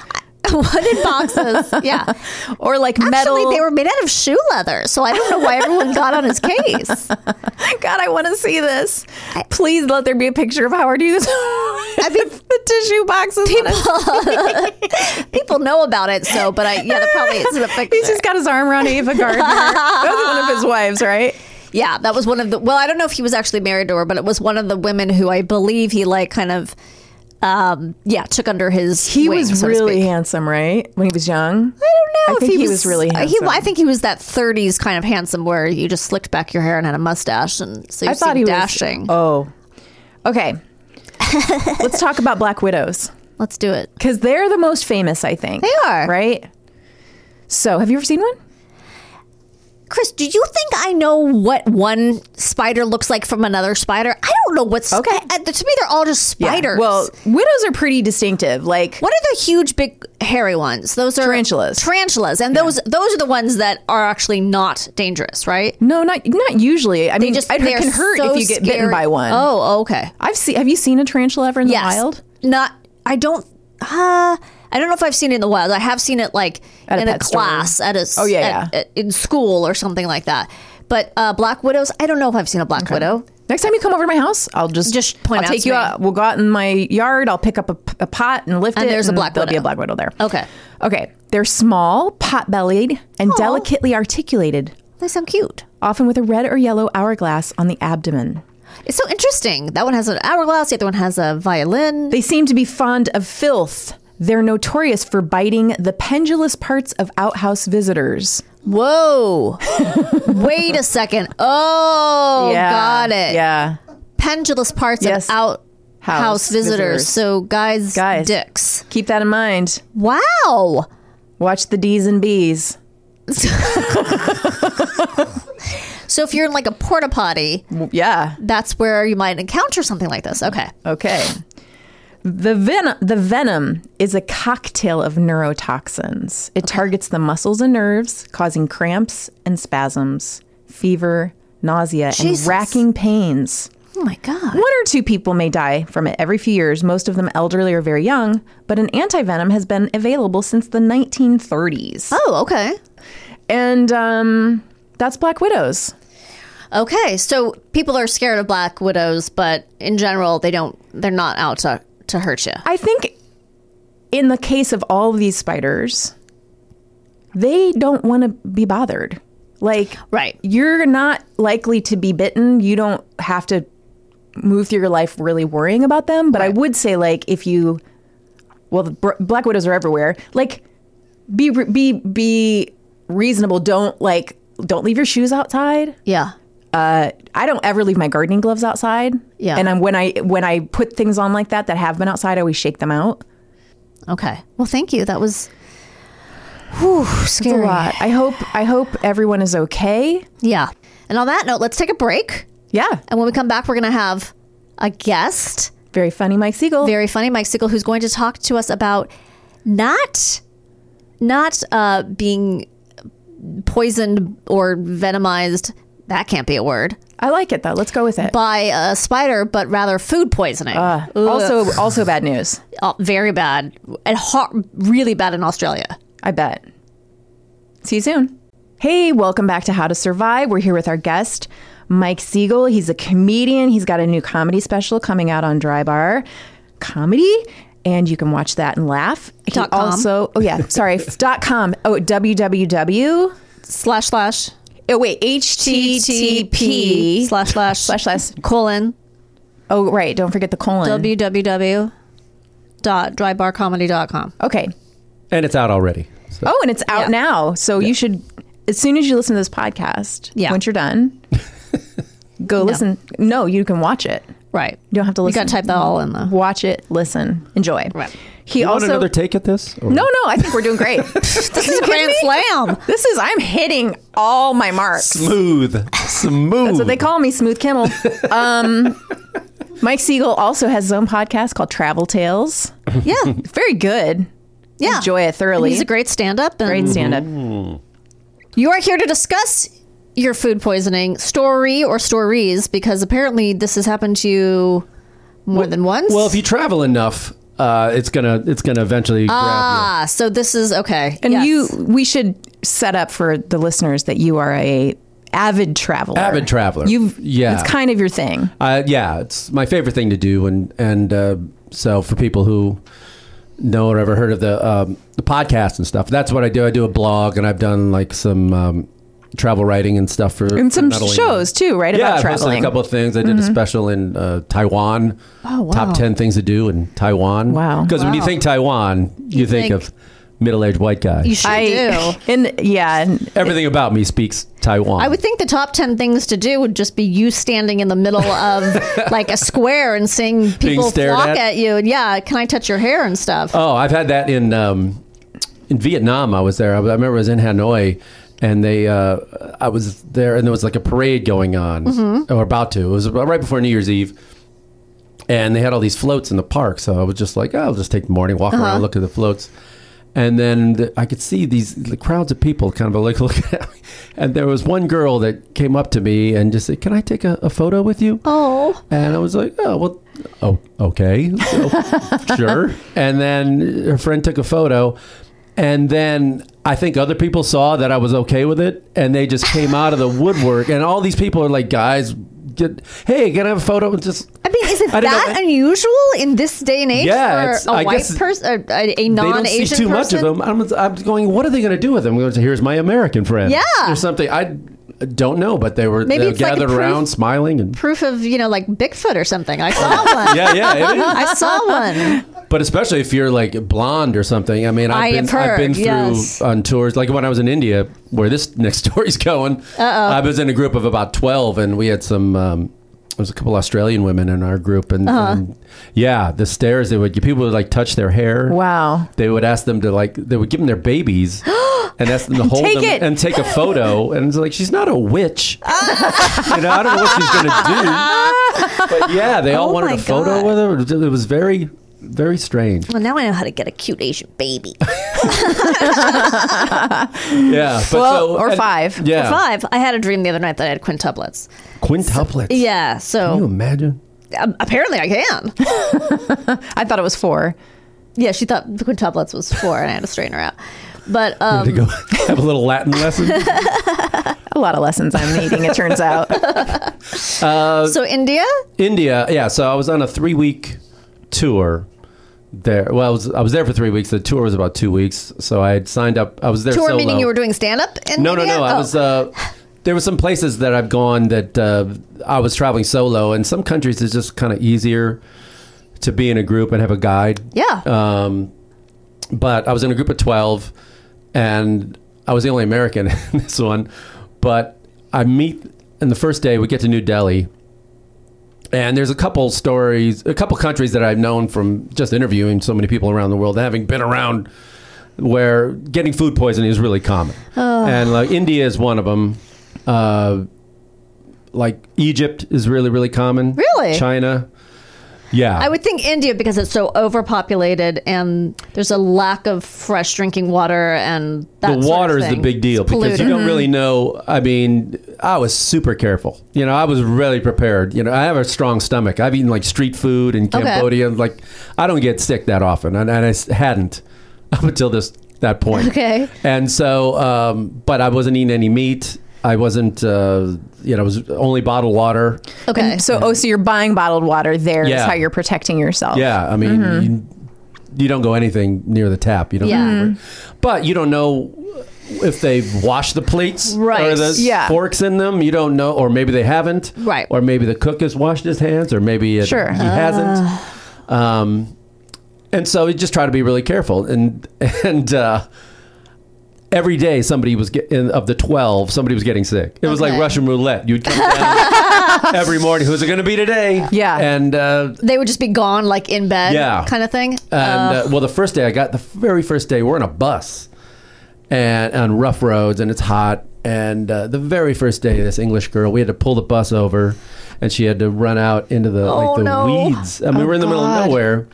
S3: Wooden boxes. Yeah.
S2: or like
S3: Actually,
S2: metal.
S3: they were made out of shoe leather, so I don't know why everyone got on his case.
S2: God, I want to see this. Please let there be a picture of Howard Hughes. I
S3: mean,
S2: the tissue boxes. on his-
S3: People know about it, so but I yeah, that probably isn't a picture.
S2: He's just got his arm around Ava Gardner. that was one of his wives, right?
S3: Yeah, that was one of the. Well, I don't know if he was actually married to her, but it was one of the women who I believe he like kind of, um, yeah, took under his.
S2: He
S3: wing,
S2: was
S3: so to
S2: really
S3: speak.
S2: handsome, right? When he was young.
S3: I don't know
S2: I
S3: if
S2: think
S3: he,
S2: he was really
S3: uh,
S2: handsome.
S3: I think he was that '30s kind of handsome, where you just slicked back your hair and had a mustache, and so you
S2: I thought he was
S3: dashing.
S2: Oh, okay. Let's talk about Black Widows.
S3: Let's do it.
S2: Because they're the most famous, I think.
S3: They are.
S2: Right? So, have you ever seen one?
S3: Chris, do you think I know what one spider looks like from another spider? I don't know what's
S2: Okay.
S3: I- I- to me, they're all just spiders.
S2: Well, widows are pretty distinctive. Like,
S3: What are the huge, big, hairy ones? Those are
S2: Tarantulas.
S3: Tarantulas, and those those are the ones that are actually not dangerous, right?
S2: no, not not usually. I mean, Mm-hmm. it
S3: they're
S2: can hurt
S3: so
S2: if you get bitten
S3: scary.
S2: by one.
S3: Oh, okay.
S2: I've seen. Have you seen a tarantula ever in the
S3: Yes.
S2: wild?
S3: Not. I don't. Uh, I don't know if I've seen it in the wild. I have seen it like
S2: At a
S3: in a,
S2: pet store.
S3: class at a s-
S2: Oh, yeah,
S3: at-
S2: yeah.
S3: at- in school or something like that. But uh, black widows, I don't know if I've seen a black widow.
S2: Next time you come over to my house, I'll just
S3: Just point
S2: I'll
S3: out
S2: take
S3: to
S2: you
S3: me.
S2: out. We'll go out in my yard. I'll pick up a, p- a pot and lift
S3: And
S2: it.
S3: there's a black
S2: There'll be a
S3: widow.
S2: black widow there.
S3: Okay.
S2: Okay. They're small, pot-bellied, and delicately articulated,
S3: They sound cute.
S2: often with a red or yellow hourglass on the abdomen.
S3: It's so interesting. That one has an hourglass. The other one has a violin.
S2: They seem to be fond of filth. They're notorious for biting the pendulous parts of outhouse visitors.
S3: Whoa! Wait a second. Oh, got it.
S2: Yeah.
S3: Pendulous parts
S2: Yes.
S3: of out house, visitors.
S2: visitors.
S3: So guys,
S2: Guys.
S3: dicks.
S2: Keep that in mind.
S3: Wow.
S2: Watch the D's and B's.
S3: So if you're in like a porta potty,
S2: Yeah.
S3: that's where you might encounter something like this. Okay.
S2: Okay. The, ven- the venom is a cocktail of neurotoxins. It targets the muscles and nerves, causing cramps and spasms, fever, nausea,
S3: Jesus.
S2: and racking pains.
S3: Oh my god.
S2: One or two people may die from it every few years, most of them elderly or very young, but an antivenom has been available since the 1930s.
S3: Oh, okay.
S2: And um, that's Black Widows.
S3: Okay. So people are scared of black widows, but in general, they don't. They're not out to to hurt you.
S2: I think in the case of all of these spiders, they don't want to be bothered. Like,
S3: Right.
S2: you're not likely to be bitten. You don't have to move through your life really worrying about them. But I would say, like, if you, well, the br- black widows are everywhere. Like, be re- be be reasonable. Don't like don't leave your shoes outside.
S3: Yeah.
S2: I don't ever leave my gardening gloves outside.
S3: Yeah.
S2: And I'm, when I when I put things on like that that have been outside, I always shake them out.
S3: Okay. Well, thank you. That was
S2: It's a lot. I hope I hope everyone is okay.
S3: Yeah. And on that note, let's take a break.
S2: Yeah.
S3: And when we come back, we're going to have a guest,
S2: Very funny, Mike Siegel.
S3: very funny Mike Sickle, who's going to talk to us about not not uh, being poisoned or venomized. That can't be a word
S2: I like it though. Let's go with it.
S3: by a spider, but rather food poisoning.
S2: Ah.
S3: Ugh.
S2: also, also bad news.
S3: Uh, very bad and har- really bad in Australia.
S2: I bet. See you soon. Hey, welcome back to How to Survive. We're here with our guest, Mike Siegel. He's a comedian. He's got a new comedy special coming out on Dry Bar Comedy, and you can watch that and laugh. He
S3: Dot com.
S2: Also, oh yeah, sorry, dot com. Oh, www.
S3: Slash slash
S2: Oh wait, http.
S3: slash slash
S2: Slash slash.
S3: colon
S2: Oh right, don't forget the colon.
S3: www dot drybarcomedy.com.
S2: okay.
S5: And it's out already. So
S2: Oh, and it's out
S3: Yeah.
S2: now. So you should, as soon as you listen to this podcast,
S3: Yeah.
S2: once you're done, go listen. No, you can watch it.
S3: Right.
S2: You don't have to
S3: You
S2: listen.
S3: got to type that all in though.
S2: Watch it, listen, enjoy.
S3: Right.
S2: He
S5: you want
S2: also.
S5: another take at this? Or-
S2: no, no, I think we're doing great.
S3: This is a grand slam.
S2: this is, I'm hitting all my marks.
S5: Smooth. Smooth.
S2: That's what they call me, Smooth Kimmel. Um, Mike Siegel also has his own podcast called Travel Tales.
S3: Yeah.
S2: Very good.
S3: Yeah.
S2: Enjoy it thoroughly.
S3: He's a great stand up.
S2: great stand up.
S3: You are here to discuss your food poisoning story or stories because apparently this has happened to you more than once.
S5: Well, if you travel enough, uh, it's gonna it's gonna eventually grab
S3: ah, so this is okay.
S2: And
S3: Yes.
S2: you, we should set up for the listeners that you are a avid traveler.
S5: Avid traveler.
S2: You've
S5: Yeah.
S2: It's kind of your thing.
S5: you. Uh, yeah, it's my favorite thing to do, and and uh, so for people who know or ever heard of the um, the podcast and stuff, that's what I do. I do a blog, and I've done like some um, travel writing and stuff for
S2: And some
S5: not only-
S2: shows too, right?
S5: Yeah,
S2: about
S5: I posted
S2: traveling.
S5: a couple of things. I did a special in uh, Taiwan. Oh,
S3: wow.
S5: Top 10 things to do in Taiwan.
S2: Wow.
S5: Because when you think Taiwan, you, think,
S3: think-
S5: of middle aged white guy.
S3: You should do.
S2: And yeah, and
S5: Everything about me speaks Taiwan.
S3: I would think the top 10 things to do would just be you standing in the middle of like a square and seeing people
S5: stared
S3: flock
S5: at.
S3: at. you. And yeah, can I touch your hair and stuff?
S5: Oh, I've had that in um, in Vietnam. I was there. I, was- I remember I was in Hanoi, and they uh, I was there, and there was like a parade going on or about to. It was about right before New Year's Eve, and they had all these floats in the park. So I was just like, oh, I'll just take the morning walk around, look at the floats. And then th- I could see these the crowds of people kind of like looking at me. And there was one girl that came up to me and just said, Can I take a, a photo with you?
S3: Oh.
S5: And I was like, oh, well, oh, okay, Oh, sure. And then her friend took a photo. And then I think other people saw that I was okay with it. And they just came out of the woodwork. And all these people are like, guys, get, hey, can I have a photo? And just,
S3: I mean, is it
S5: I don't know.
S3: that unusual in this day and age
S5: Yeah, it's-
S3: for a
S5: I
S3: white
S5: guess
S3: person, a, a
S5: they
S3: non
S5: don't see
S3: Asian
S5: too
S3: person?
S5: much of them. I'm, I'm going, what are they going to do with them? I'm going to say, here's my American friend.
S3: Yeah.
S5: Or something. I don't know, but they were,
S3: Maybe
S5: they were
S3: it's like a
S5: gathered
S3: proof-
S5: around smiling. and
S3: Proof of, you know, like Bigfoot or something. I saw one.
S5: Yeah, yeah. it is.
S3: I saw one.
S5: But especially if you're like blonde or something. I mean, I've
S3: I
S5: been,
S3: have heard,
S5: I've been through
S3: yes.
S5: on tours. Like when I was in India, where this next story's going, I was in a group of about 12, and we had some, um, there was a couple Australian women in our group. And,
S3: Uh-huh.
S5: and yeah, the stairs, they would, people would like touch their hair.
S2: wow.
S5: They would ask them to like, they would give them their babies and ask them to hold
S2: Take
S5: them
S2: it.
S5: and take a photo. And it's like, she's not a witch. you know, I don't know what she's going to do. But yeah, they all
S3: Oh
S5: wanted
S3: my
S5: a photo with her. It was very, very strange.
S3: Well, now I know how to get a cute Asian baby.
S5: Yeah, but
S2: Well,
S5: so-
S2: or
S5: and-
S2: five.
S5: Yeah,
S3: Five. I had a dream the other night that I had quintuplets.
S5: quintuplets.
S3: Yeah,
S5: can you
S3: so
S5: imagine?
S3: um, apparently I can.
S2: I thought it was four.
S3: Yeah, she thought the quintuplets was four, and I had to straighten her out. But um,
S5: To go have a little Latin lesson.
S2: A lot of lessons I'm needing, it turns out.
S3: so India,
S5: India. Yeah, so I was on a three-week tour there. Well, I was, I was there for three weeks. The tour was about two weeks, so I had signed up. I was there.
S3: tour
S5: solo.
S3: meaning you were doing stand up.
S5: No, no,
S3: Oh.
S5: no. I was. Uh, there were some places that I've gone that uh, I was traveling solo, and some countries it's just kind of easier to be in a group and have a guide.
S3: Yeah.
S5: Um, but I was in a group of twelve, and I was the only American in this one. But I meet, and the first day we get to New Delhi, and there's a couple stories, a couple countries that I've known from just interviewing so many people around the world, having been around where getting food poisoning is really common,
S3: Oh.
S5: and like India is one of them. Uh, like Egypt is really really common.
S3: Really?
S5: China. Yeah.
S3: I would think India because it's so overpopulated and there's a lack of fresh drinking water and that
S5: the
S3: sort
S5: water
S3: of
S5: is the
S3: thing.
S5: big deal
S3: It's
S5: because you
S3: polluted. Mm-hmm.
S5: don't really know. I mean, I was super careful. You know, I was really prepared. You know, I have a strong stomach. I've eaten like street food in
S3: Okay.
S5: Cambodia. Like, I don't get sick that often, and, and I s- hadn't up until this that point.
S3: Okay.
S5: And so, um, but I wasn't eating any meat. I wasn't. Uh, you know, it was only bottled water.
S3: Mm-hmm. Okay.
S2: So, oh, so you're buying bottled water there is
S5: Yeah.
S2: how you're protecting yourself.
S5: Yeah, I mean, you, you don't go anything near the tap. You don't.
S3: Yeah.
S5: go where- But you don't know if they've washed the plates or
S3: Right,
S5: the
S2: yeah.
S5: forks in them. You don't know, or maybe they haven't.
S3: Right.
S5: Or maybe the cook has washed his hands, or maybe it,
S2: Sure.
S5: he hasn't. Um, and so you just try to be really careful and and. Uh, Every day, somebody was get, in, of the twelve. Somebody was getting sick. It was like
S3: Okay.
S5: Russian roulette. You'd come down every morning. Who's it going to be today?
S2: Yeah.
S5: and uh,
S3: They would just be gone like in bed
S5: Yeah.
S3: kind of thing.
S5: and uh, well, the first day I got the very first day we're on a bus and on rough roads and it's hot. And uh, the very first day, this English girl, we had to pull the bus over, and she had to run out into the like the
S3: no.
S5: weeds. I mean, we we're in the middle of nowhere.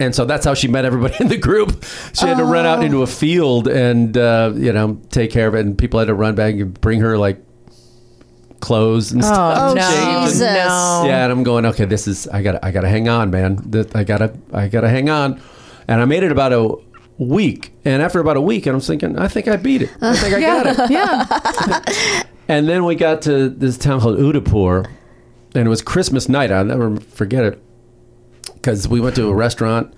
S5: And so that's how she met everybody in the group. She had to run out into a field and uh, you know take care of it, and people had to run back and bring her like clothes and stuff.
S2: Oh,
S3: Oh,
S2: no.
S3: Jesus.
S2: No.
S5: Yeah, and I'm going, okay, this is I gotta I gotta hang on, man. That I gotta I gotta hang on. And I made it about a week. And after about a week I'm thinking, I think I beat it. I think I got it.
S2: Yeah.
S5: And then we got to this town called Udaipur and it was Christmas night. I'll never forget it. Cause we went to a restaurant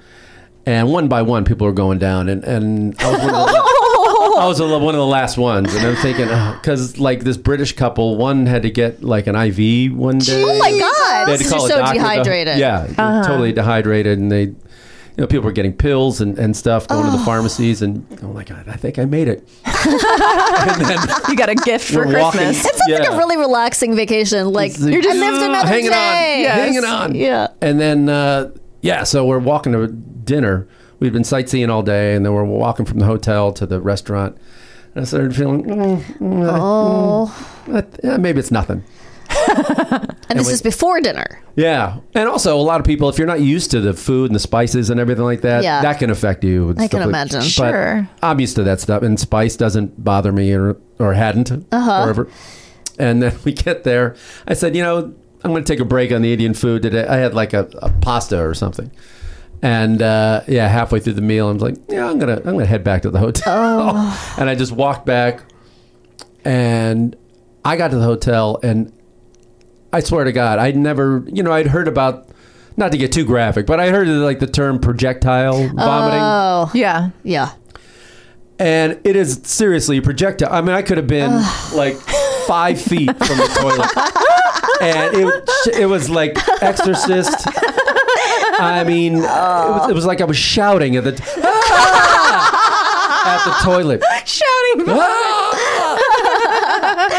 S5: and one by one people were going down and, and I was one of the I was the- one of the last ones, and I'm thinking, because like this British couple, one had to get like an IV one day.
S3: Oh my God.
S5: They had to
S3: You're
S5: call a
S3: so
S5: doctor.
S3: dehydrated. Uh-huh.
S5: yeah, totally dehydrated, and they, you know, people were getting pills and, and stuff, going to the pharmacies, and oh my god, I think I made it. and then
S2: You got a gift for
S5: we're walking.
S2: Christmas.
S3: It sounds like
S5: Yeah.
S3: a really relaxing vacation. Like
S5: It's like,
S3: you're just I lived another
S5: hanging
S3: day.
S5: on, hanging on.
S3: Yeah.
S5: And then uh, yeah, so we're walking to dinner. We'd been sightseeing all day, and then we're walking from the hotel to the restaurant. And I started feeling, mm, mm,
S3: Oh.
S5: mm, uh, yeah, maybe it's nothing.
S3: And this
S5: we-
S3: is before dinner.
S5: Yeah, and also a lot of people, if you're not used to the food and the spices and everything like that,
S3: Yeah.
S5: that can affect you. and
S3: I
S5: stuff
S3: can
S5: like-
S3: imagine.
S5: but
S2: Sure.
S5: I'm used to that stuff, and spice doesn't bother me or or hadn't
S3: Uh-huh.
S5: or ever. And then we get there. I said, you know, I'm going to take a break on the Indian food today. I had like a, a pasta or something. And uh, yeah, halfway through the meal, I'm like, yeah, I'm gonna, I'm gonna head back to the hotel.
S3: Oh.
S5: and I just walked back, and I got to the hotel, and I swear to God, I'd never, you know, I'd heard about, not to get too graphic, but I heard of, like the term projectile vomiting.
S3: Oh.
S2: Yeah.
S3: Yeah.
S5: And it is seriously projectile. I mean, I could have been like five feet from the toilet. and it, it was like Exorcist. I mean, it, was, it was like I was shouting at the, at the toilet. Ah!
S2: Shouting.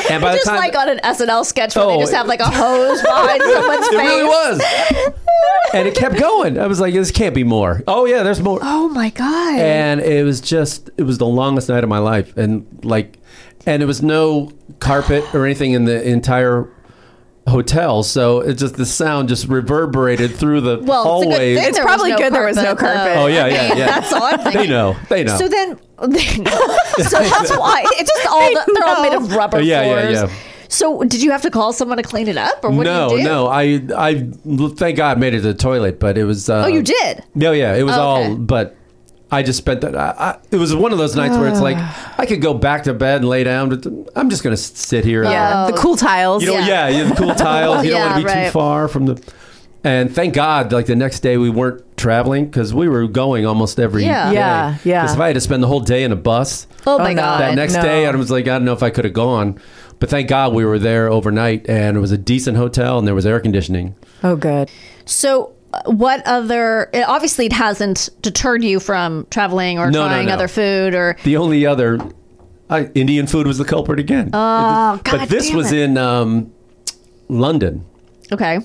S5: And by the
S3: Just
S5: time.
S3: like on an SNL sketch where
S5: Oh,
S3: they just have like a hose behind someone's
S5: it
S3: face.
S5: really was. And it kept going. I was like, this can't be more. Oh, yeah, there's more.
S3: Oh my god.
S5: and it was just it was the longest night of my life and like and it was no carpet or anything in the entire hotel so it just the sound just reverberated through the
S3: well, it's a good
S5: hallways
S3: thing
S2: It's
S3: there
S2: probably
S3: was no
S2: good there was no
S3: carpet, though.
S2: carpet.
S5: oh yeah
S3: I
S5: yeah
S3: mean,
S5: yeah
S3: That's all I'm thinking.
S5: they know they know
S6: So then,
S3: They know. so that's why it's just all the, they're all made of rubber
S5: Oh, yeah, yeah,
S3: floors.
S5: yeah.
S3: So did you have to call someone to clean it up, or what
S5: no
S3: did you do?
S5: no i i thank god I made it to the toilet but it was uh,
S3: Oh, you did.
S5: No, yeah, it was
S3: Oh,
S5: all.
S3: okay.
S5: But I just spent that. I, I, it was one of those nights where it's like I could go back to bed and lay down, but I'm just gonna sit here. and-
S2: Yeah. The cool tiles.
S5: you don't, yeah.
S3: Oh, Yeah.
S5: you have cool tiles. You don't
S3: Yeah,
S5: want to be too
S3: right.
S5: far from the. And thank God, like the next day we weren't traveling because we were going almost every
S3: Yeah.
S5: day.
S2: Yeah, yeah.
S5: 'Cause if I had to spend the whole day in a bus,
S3: Oh my
S2: no.
S3: god.
S5: that next
S2: no.
S5: day I was like, I don't know if I could have gone. But thank God we were there overnight, and it was a decent hotel, and there was air conditioning.
S2: Oh, good.
S3: So, uh, what other? It, obviously, it hasn't deterred you from traveling or
S5: No, no,
S3: trying
S5: no.
S3: other food or.
S5: The only other I, Indian food was the culprit again. Oh,
S3: God
S5: but this
S3: damn
S5: was
S3: it.
S5: in um, London,
S3: Okay.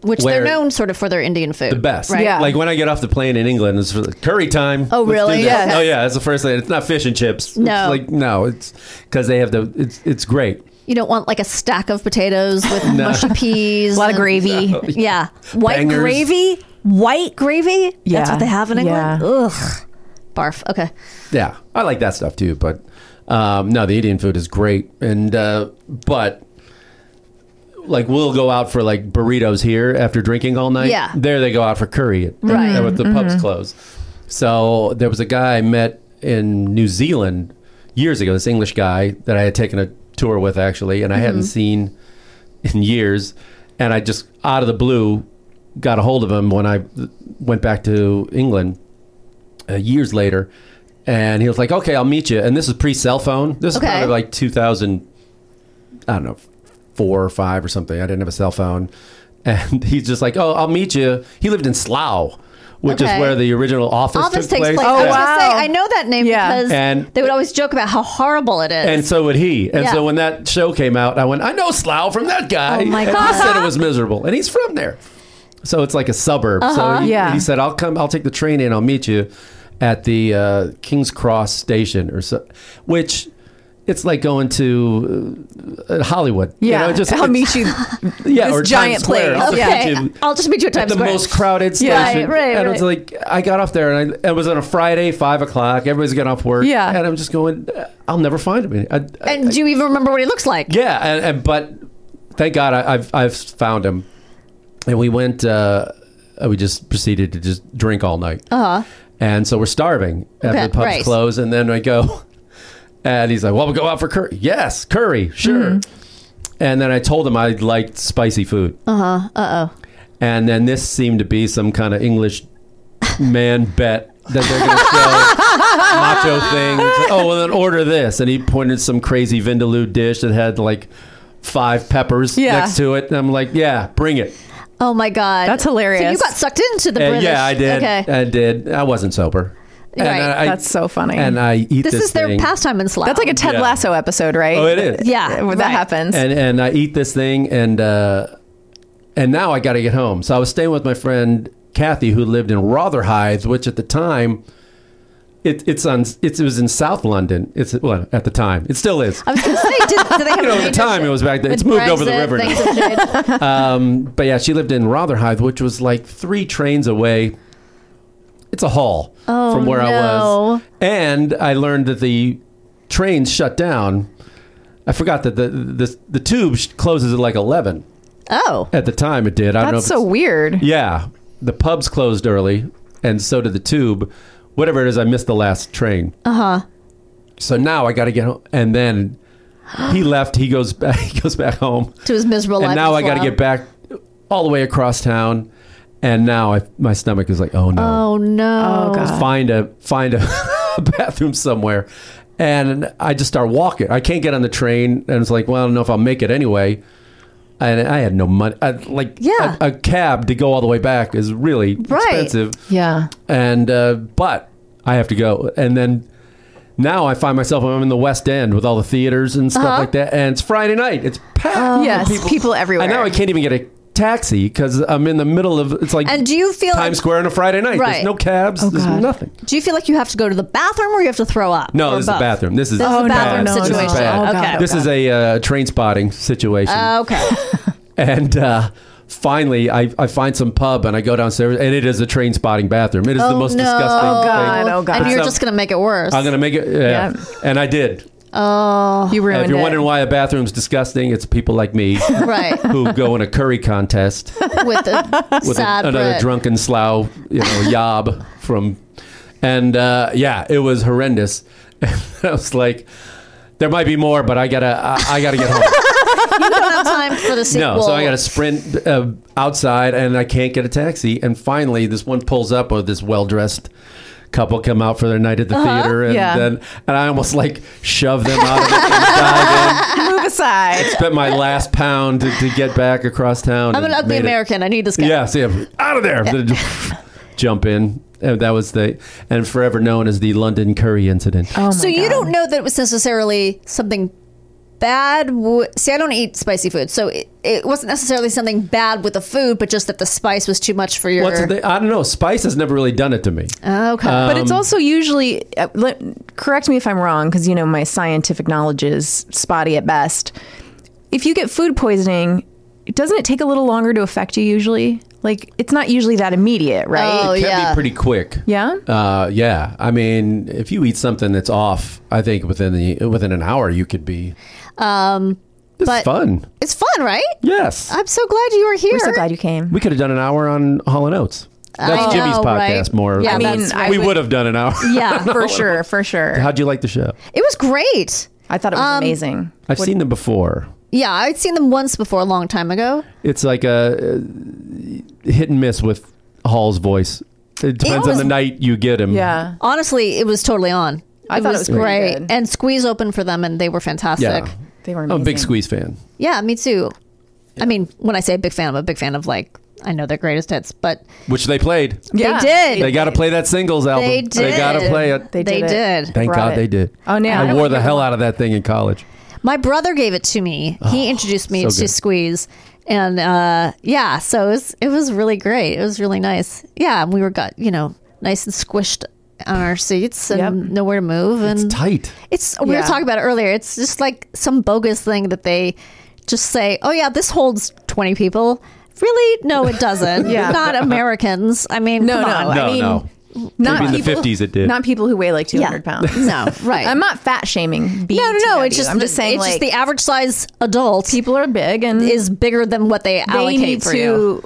S3: which
S5: Where-
S3: they're known sort of for their Indian food.
S5: the best.
S3: right?
S2: Yeah.
S5: Like when I get off the plane in England, it's for the curry time.
S3: Oh,
S5: Let's do
S3: really?
S5: this.
S3: Yes.
S5: Oh yeah, that's the first thing. It's not fish and chips.
S3: No.
S5: It's like no, it's because they have the. It's it's great.
S3: You don't want like a stack of potatoes with mushy peas,
S2: A lot of gravy.
S3: Yeah, white
S5: Bangers.
S3: gravy, white gravy. that's
S2: Yeah.
S3: what they have in England.
S2: Yeah.
S3: Ugh, barf. Okay,
S5: Yeah, I like that stuff too. But um, no, the Indian food is great, and uh, but like we'll go out for like burritos here after drinking all night.
S3: Yeah.
S5: there they go out for curry. at-
S3: Right. Mm-hmm.
S5: at- with the pubs closed. So there was a guy I met in New Zealand years ago. This English guy that I had taken a tour with actually, and I
S3: Mm-hmm.
S5: hadn't seen in years. And I just out of the blue got a hold of him when I went back to England uh, years later, and he was like, "Okay, I'll meet you." And this is pre-cell phone. This
S3: Okay.
S5: is probably like 2000, I don't know, four or five or something. I didn't have a cell phone, and he's just like, "Oh, I'll meet you." He lived in Slough, which
S3: Okay.
S5: is where the original office,
S3: office
S5: took
S3: takes place.
S5: place.
S3: I was
S5: Yeah.
S3: gonna say I know that name
S2: Oh, Yeah.
S3: because
S5: And-
S3: they would always joke about how horrible it is.
S5: And so would he. And
S3: Yeah.
S5: so when that show came out, I went, I know Slough from that guy.
S3: Oh, my
S5: and
S3: God.
S5: He said it was miserable. And he's from there. So it's like a suburb.
S3: Uh-huh.
S5: So he,
S2: Yeah.
S5: he said, I'll come, I'll take the train in, I'll meet you at the uh, King's Cross station or so, which it's like going to uh, Hollywood. You
S2: Yeah,
S5: know, just,
S2: I'll
S5: it's-
S2: meet you.
S5: yeah,
S2: this
S5: or Times
S2: giant
S5: Square.
S2: place.
S5: I'll just
S3: okay,
S5: meet you
S3: I'll just meet you at
S5: at
S3: Times
S5: the
S3: Square.
S5: most crowded station.
S3: Yeah. Right, right,
S5: and it's like I got off there and I it was on a Friday, five o'clock. Everybody's getting off work.
S2: Yeah.
S5: and I'm just going. I'll never find him. I, I-
S3: and do you even remember what he looks like?
S5: yeah, and, and but thank God I, I've I've found him, and we went. Uh, we just proceeded to just drink all night. Uh huh. And so we're starving after
S3: Uh-huh. Okay,
S5: the pubs
S3: right.
S5: close, and then I go, and he's like, "Well, we'll go out for curry." Yes, curry, sure.
S3: Mm-hmm.
S5: And then I told him I liked spicy food. Uh huh. Uh oh. And then this seemed to be some kind of English man bet that they're going to show macho thing. It's like, oh, well, then order this. And he pointed some crazy Vindaloo dish that had like five peppers
S2: Yeah.
S5: next to it. And I'm like, yeah, bring it.
S3: Oh my god,
S2: That's
S3: So you
S2: hilarious.
S3: got sucked into the
S5: And
S3: British.
S5: yeah, I did.
S3: Okay,
S5: I did. I wasn't sober. And
S3: Right.
S5: I- I-
S2: That's so funny.
S5: And I eat this,
S3: this is their
S5: thing.
S3: pastime in Slough.
S2: That's like a Ted
S5: Yeah.
S2: Lasso episode, right?
S5: Oh, it is.
S3: Yeah,
S2: Where
S3: right.
S2: that happens.
S5: and and I eat this thing and uh, and now I got to get home. So I was staying with my friend Kathy who lived in Rotherhithe, which at the time it, it's on it's, it was in South London. It's well at the time it still is.
S3: I was gonna say, did, do they have
S5: You know, at the
S3: major
S5: time
S3: shit
S5: it was back then. It's
S3: with
S5: moved over the
S3: Brexit,
S5: river
S3: things
S5: now.
S3: have changed?
S5: But yeah, she lived in Rotherhithe, which was like three trains away. It's a haul
S2: Oh,
S5: from where I was. And I learned that the trains shut down. I forgot that the the, the tube sh- closes at like 11.
S3: Oh,
S5: At the time it did. I don't know.
S2: That's
S5: if
S2: so
S5: it's-
S2: weird.
S5: Yeah. The pubs closed early and so did the tube. Whatever it is, I missed the last train. Uh-huh. So now I got to get home and then he left, he goes back he goes back home
S3: to his miserable life.
S5: and now
S3: in
S5: I got to
S3: Slough.
S5: get back all the way across town, and now I, my stomach is like, oh no,
S3: Oh no!
S5: find a find a bathroom somewhere, and I just start walking. I can't get on the train, and it's like, well, I don't know if I'll make it anyway. And I had no money. I, like,
S3: Yeah.
S5: a, a cab to go all the way back is really
S3: Right.
S5: expensive.
S2: Yeah.
S5: And uh, but I have to go, and then now I find myself I'm in the West End with all the theaters and
S3: Uh-huh.
S5: stuff like that, and it's Friday night. It's packed.
S3: Oh,
S5: with
S2: Yes, people everywhere.
S5: and now I can't even get a taxi because I'm in the middle of it's like
S3: And do you feel like,
S5: Times Square on a Friday night?
S3: Right.
S5: There's no cabs. there's
S2: Oh, God.
S5: nothing.
S3: do you feel like you have to go to the bathroom or you have to throw up?
S5: No,
S3: Or
S5: this is a
S3: both?
S5: bathroom. This is
S3: This is a
S5: bad.
S3: bathroom
S2: Oh, no, no,
S3: situation.
S5: This is bad.
S2: Oh, God.
S3: okay.
S5: This is a uh, train spotting situation,
S3: Uh, okay.
S5: and uh, finally, I, I find some pub and I go downstairs, and it is a train spotting bathroom. It is the
S3: Oh,
S5: most
S3: no.
S5: disgusting
S3: Oh,
S2: God,
S5: thing.
S2: oh, God.
S3: And you're
S5: So-
S3: just gonna make it worse.
S5: um, I'm gonna make it, yeah. and I did.
S2: You
S5: And
S2: ruined
S5: if you're
S2: it.
S5: wondering why a bathroom's disgusting, it's people like me
S3: right
S5: who go in a curry contest.
S3: with a
S5: with a-
S3: sad
S5: another
S3: Brit.
S5: drunken slough, you know, yob from, and uh, yeah, it was horrendous. And I was like, there might be more, but I gotta, I, I gotta get home.
S3: Don't have time for the sequel.
S5: no, so I gotta sprint uh, outside, and I can't get a taxi. And finally, this one pulls up, or this well dressed couple come out for their night at the
S3: Uh-huh,
S5: theater, and
S2: Yeah.
S5: then and I almost like shove them out of the dive in,
S2: Move aside.
S5: spent my last pound to, to get back across town.
S3: I'm an
S5: and
S3: ugly
S5: made it.
S3: American. I need this guy.
S5: Yeah, see, I'm out of there. Then just jump in. And that was the and forever known as the London Curry incident.
S2: Oh my
S3: so you
S2: God.
S3: don't know that it was necessarily something bad. W- See, I don't eat spicy food, so it, it wasn't necessarily something bad with the food, but just that the spice was too much for your.
S5: What's the, uh, I don't know. Spice has never really done it to me.
S3: okay.
S2: But
S5: Um,
S2: it's also usually, uh, let, correct me if I'm wrong, because you know my scientific knowledge is spotty at best. If you get food poisoning, doesn't it take a little longer to affect you usually? Like, it's not usually that immediate, right?
S3: oh
S5: it can
S3: yeah.
S5: be pretty quick.
S2: Yeah?
S5: Uh, yeah. I mean, if you eat something that's off, I think within the within an hour you could be.
S3: um,
S5: This
S3: But-
S5: is fun.
S3: it's fun, right?
S5: Yes.
S3: I'm so glad you were here.
S2: We're so glad you came.
S5: we could have done an hour on Hall and Oates. That's
S3: I
S5: Jimmy's
S3: know,
S5: podcast
S3: right?
S5: more.
S3: Yeah,
S2: I mean, that's- I
S5: we
S2: would-
S5: would have done an hour.
S2: Yeah, for sure, for sure. Um,
S5: How'd you like the show?
S3: It was great.
S2: I thought it was amazing.
S5: I've seen them before.
S3: Yeah, I'd seen them once before, a long time ago.
S5: It's like a uh, hit and miss with Hall's voice. It depends on
S3: was-
S5: the night you get him.
S2: Yeah.
S3: Honestly, it was totally on.
S2: I thought it was pretty
S3: great.
S2: good.
S3: And Squeeze opened for them, and they were fantastic.
S5: Yeah.
S3: Yeah,
S2: They were
S5: I'm a big
S2: amazing.
S5: Squeeze fan.
S3: me too. I mean, when I say big fan, I'm a big fan of like I know their greatest hits, but
S5: Which they played.
S2: Yeah.
S3: they did.
S5: They got to play that singles album.
S3: They did.
S5: got to play it.
S2: They did
S3: They
S2: it.
S3: did.
S5: Thank
S2: Brought
S5: God
S2: it.
S5: they did.
S2: Oh, no.
S5: I
S2: I
S5: wore
S2: don't
S5: the hell out of that thing in college.
S3: My brother gave it to me. He introduced me
S5: Oh, so
S3: to
S5: good.
S3: Squeeze, and uh, yeah, so it was it was really great. It was really nice. Yeah, and we were got you know nice and squished on our seats and
S2: Yep.
S3: nowhere to move. And
S5: It's tight.
S3: It's we
S2: Yeah.
S3: were talking about it earlier. It's just like some bogus thing that they just say, "Oh yeah, this holds 20 people." Really? No, it doesn't.
S2: Yeah.
S3: Not Americans. Oh, I mean,
S2: No,
S3: come
S2: no,
S3: on.
S2: I
S5: No,
S2: mean,
S5: no.
S2: Not
S5: Maybe in the
S2: people,
S5: 50s it did.
S2: Not people who weigh like 200 pounds.
S3: No, right.
S2: I'm not fat shaming. BTW.
S3: no, no, no. It's just
S2: I'm just saying,
S3: it's
S2: like,
S3: just the average size adult
S2: people are big and
S3: is bigger than what they
S2: they
S3: allocate
S2: need
S3: for
S2: to
S3: you.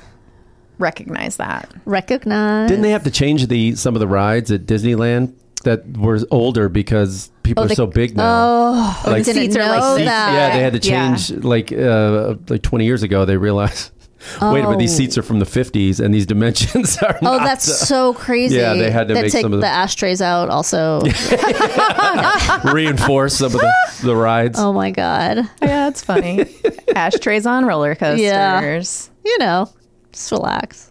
S2: recognize that.
S3: Recognize.
S5: Didn't they have to change the some of the rides at Disneyland that were older because people
S3: Oh,
S5: are
S3: the-
S5: so big now? Oh,
S3: didn't
S2: seats are like
S3: know
S2: seats.
S3: that.
S5: yeah, they had to
S2: Yeah.
S5: change like uh, like 20 years ago. They realized, wait a minute, these seats are from the 50s and these dimensions are.
S3: Oh,
S5: not
S3: that's
S5: the-
S3: so crazy.
S5: Yeah, they had to
S3: That
S5: make
S3: take
S5: some of
S3: the
S5: the-
S3: ashtrays out. Also,
S5: reinforce some of the, the rides.
S3: oh my god.
S2: Yeah, that's funny. Ashtrays on roller coasters.
S3: You know, just relax.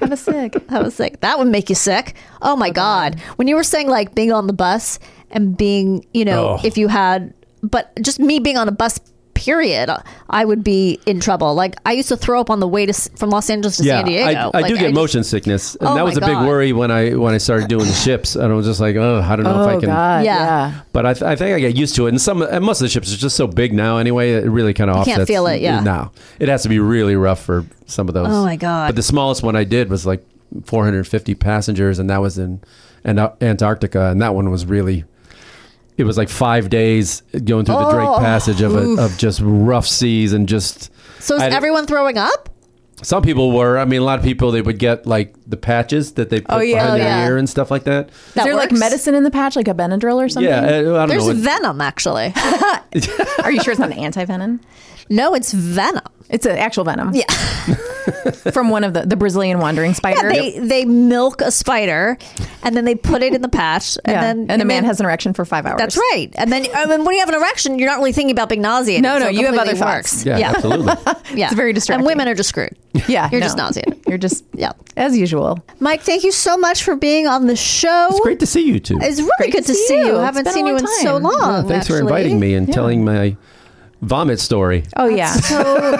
S2: Have a cig.
S3: I was like, that would make you sick. Oh my god. When you were saying like being on the bus and being, you know,
S5: Oh.
S3: if you had, but just me being on a bus. Period. I would be in trouble. Like I used to throw up on the way to S- from Los Angeles to
S5: yeah,
S3: San Diego.
S5: I, I
S3: Like,
S5: do get
S3: just-
S5: motion sickness, and
S3: Oh
S5: that
S3: my
S5: was a
S3: God.
S5: big worry when I when I started doing the ships. And I was just like, oh, I don't know if I can.
S3: Yeah.
S5: But I, th- I think I get used to it, and some and most of the ships are just so big now. Anyway, it really kind of offsets.
S3: can't feel it, yeah.
S5: No, it has to be really rough for some of those.
S3: Oh, my God.
S5: But the smallest one I did was like 450 passengers, and that was in, in Antarctica, and that one was really. It was like five days going through the
S3: Oh,
S5: Drake Passage of a, of just rough seas and just.
S3: So is
S5: I-
S3: everyone throwing up?
S5: Some people were. I mean, a lot of people they would get like the patches that they put
S2: Oh, yeah.
S5: behind
S3: Oh,
S5: their
S3: yeah.
S5: ear and stuff like that.
S3: That
S2: Is there like
S3: works?
S2: medicine in the patch, like a Benadryl or something?
S5: Yeah, I, I don't
S3: There's
S5: know. what-
S3: venom actually.
S2: Are you sure it's not an anti venom?
S3: no, it's venom.
S2: It's an actual venom. Yeah. From one of the, the Brazilian wandering spider.
S3: They they milk a spider, and then they put it in the patch, and
S2: Yeah.
S3: then
S2: and a man has an erection for five hours.
S3: That's right. And then I mean, when you have an erection, you're not really thinking about being nauseated.
S2: No, no,
S3: it
S2: you have
S3: completely
S2: other
S3: works.
S2: thoughts.
S5: yeah,
S3: Yeah.
S5: absolutely.
S3: Yeah.
S2: It's very distracting.
S3: And women are just screwed.
S2: Yeah.
S3: You're
S2: no.
S3: just nauseated.
S2: You're just,
S3: Yeah.
S2: as usual.
S3: Mike, thank you so much for being on the show.
S5: It's great to see you too.
S3: It's really
S2: Great
S3: good to see you. I haven't
S2: It's been
S3: seen
S2: a
S3: you
S2: long
S3: in so
S2: time.
S3: long.
S2: Yeah,
S5: Oh, Thanks
S3: actually.
S5: for inviting me and telling my vomit story.
S2: Oh, yeah.
S3: So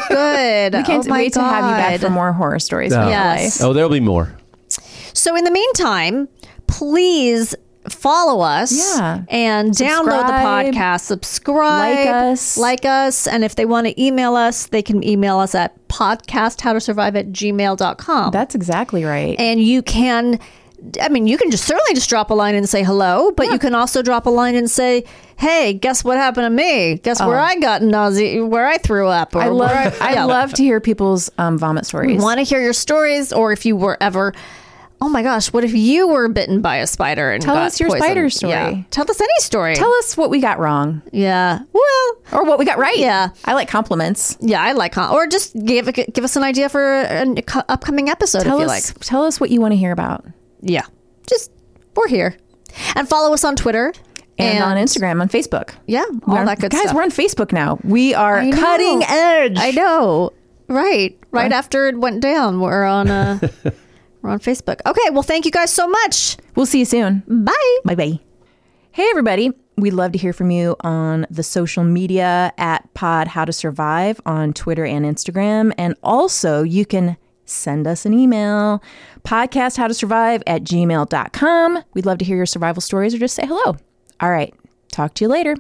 S3: good.
S2: We can't
S3: oh my
S2: wait to have you back for
S3: God.
S2: more horror stories. from
S5: Yeah.
S2: your
S3: Yes.
S2: life.
S5: Oh, there'll be more.
S3: So in the meantime, please follow us
S2: Yeah.
S3: and download
S2: Subscribe.
S3: the podcast subscribe
S2: Like us.
S3: like us and if they want to email us they can email us at podcast how to survive at gmail.com
S2: That's exactly right.
S3: and you can I mean, you can just certainly just drop a line and say hello, but you can also drop a line and say, "Hey, guess what happened to me? Guess where I got nausea, where I threw up." Or
S2: Oh. I love
S3: where
S2: I
S3: Yeah.
S2: love to hear people's um, vomit stories.
S3: want to hear your stories, or if you were ever, oh my gosh, what if you were bitten by a spider and
S2: Tell
S3: got
S2: us your
S3: poisoned?
S2: spider story.
S3: Yeah. Tell us any story.
S2: Tell us what we got wrong
S3: yeah. Well,
S2: or what we got right.
S3: Yeah.
S2: I like compliments.
S3: yeah, I like, huh? or just give give us an idea for an co- upcoming episode
S2: Tell
S3: if you
S2: us
S3: like.
S2: tell us what you want to hear about.
S3: Yeah, just we're here, and follow us on Twitter
S2: And, on Instagram, on Facebook.
S3: Yeah, all
S2: We're on-
S3: that good
S2: guys,
S3: stuff.
S2: we're on Facebook now. We are
S3: I know.
S2: cutting e- edge.
S3: I know. Right. Right after it went down, we're on uh we're on Facebook. Okay, well thank you guys so much.
S2: We'll see you soon.
S3: Bye.
S2: Bye bye. Hey everybody. We'd love to hear from you on the social media at Pod How to Survive on Twitter and Instagram. And also, you can send us an email podcast how to survive at gmail.com. We'd love to hear your survival stories or just say hello. All right. Talk to you later.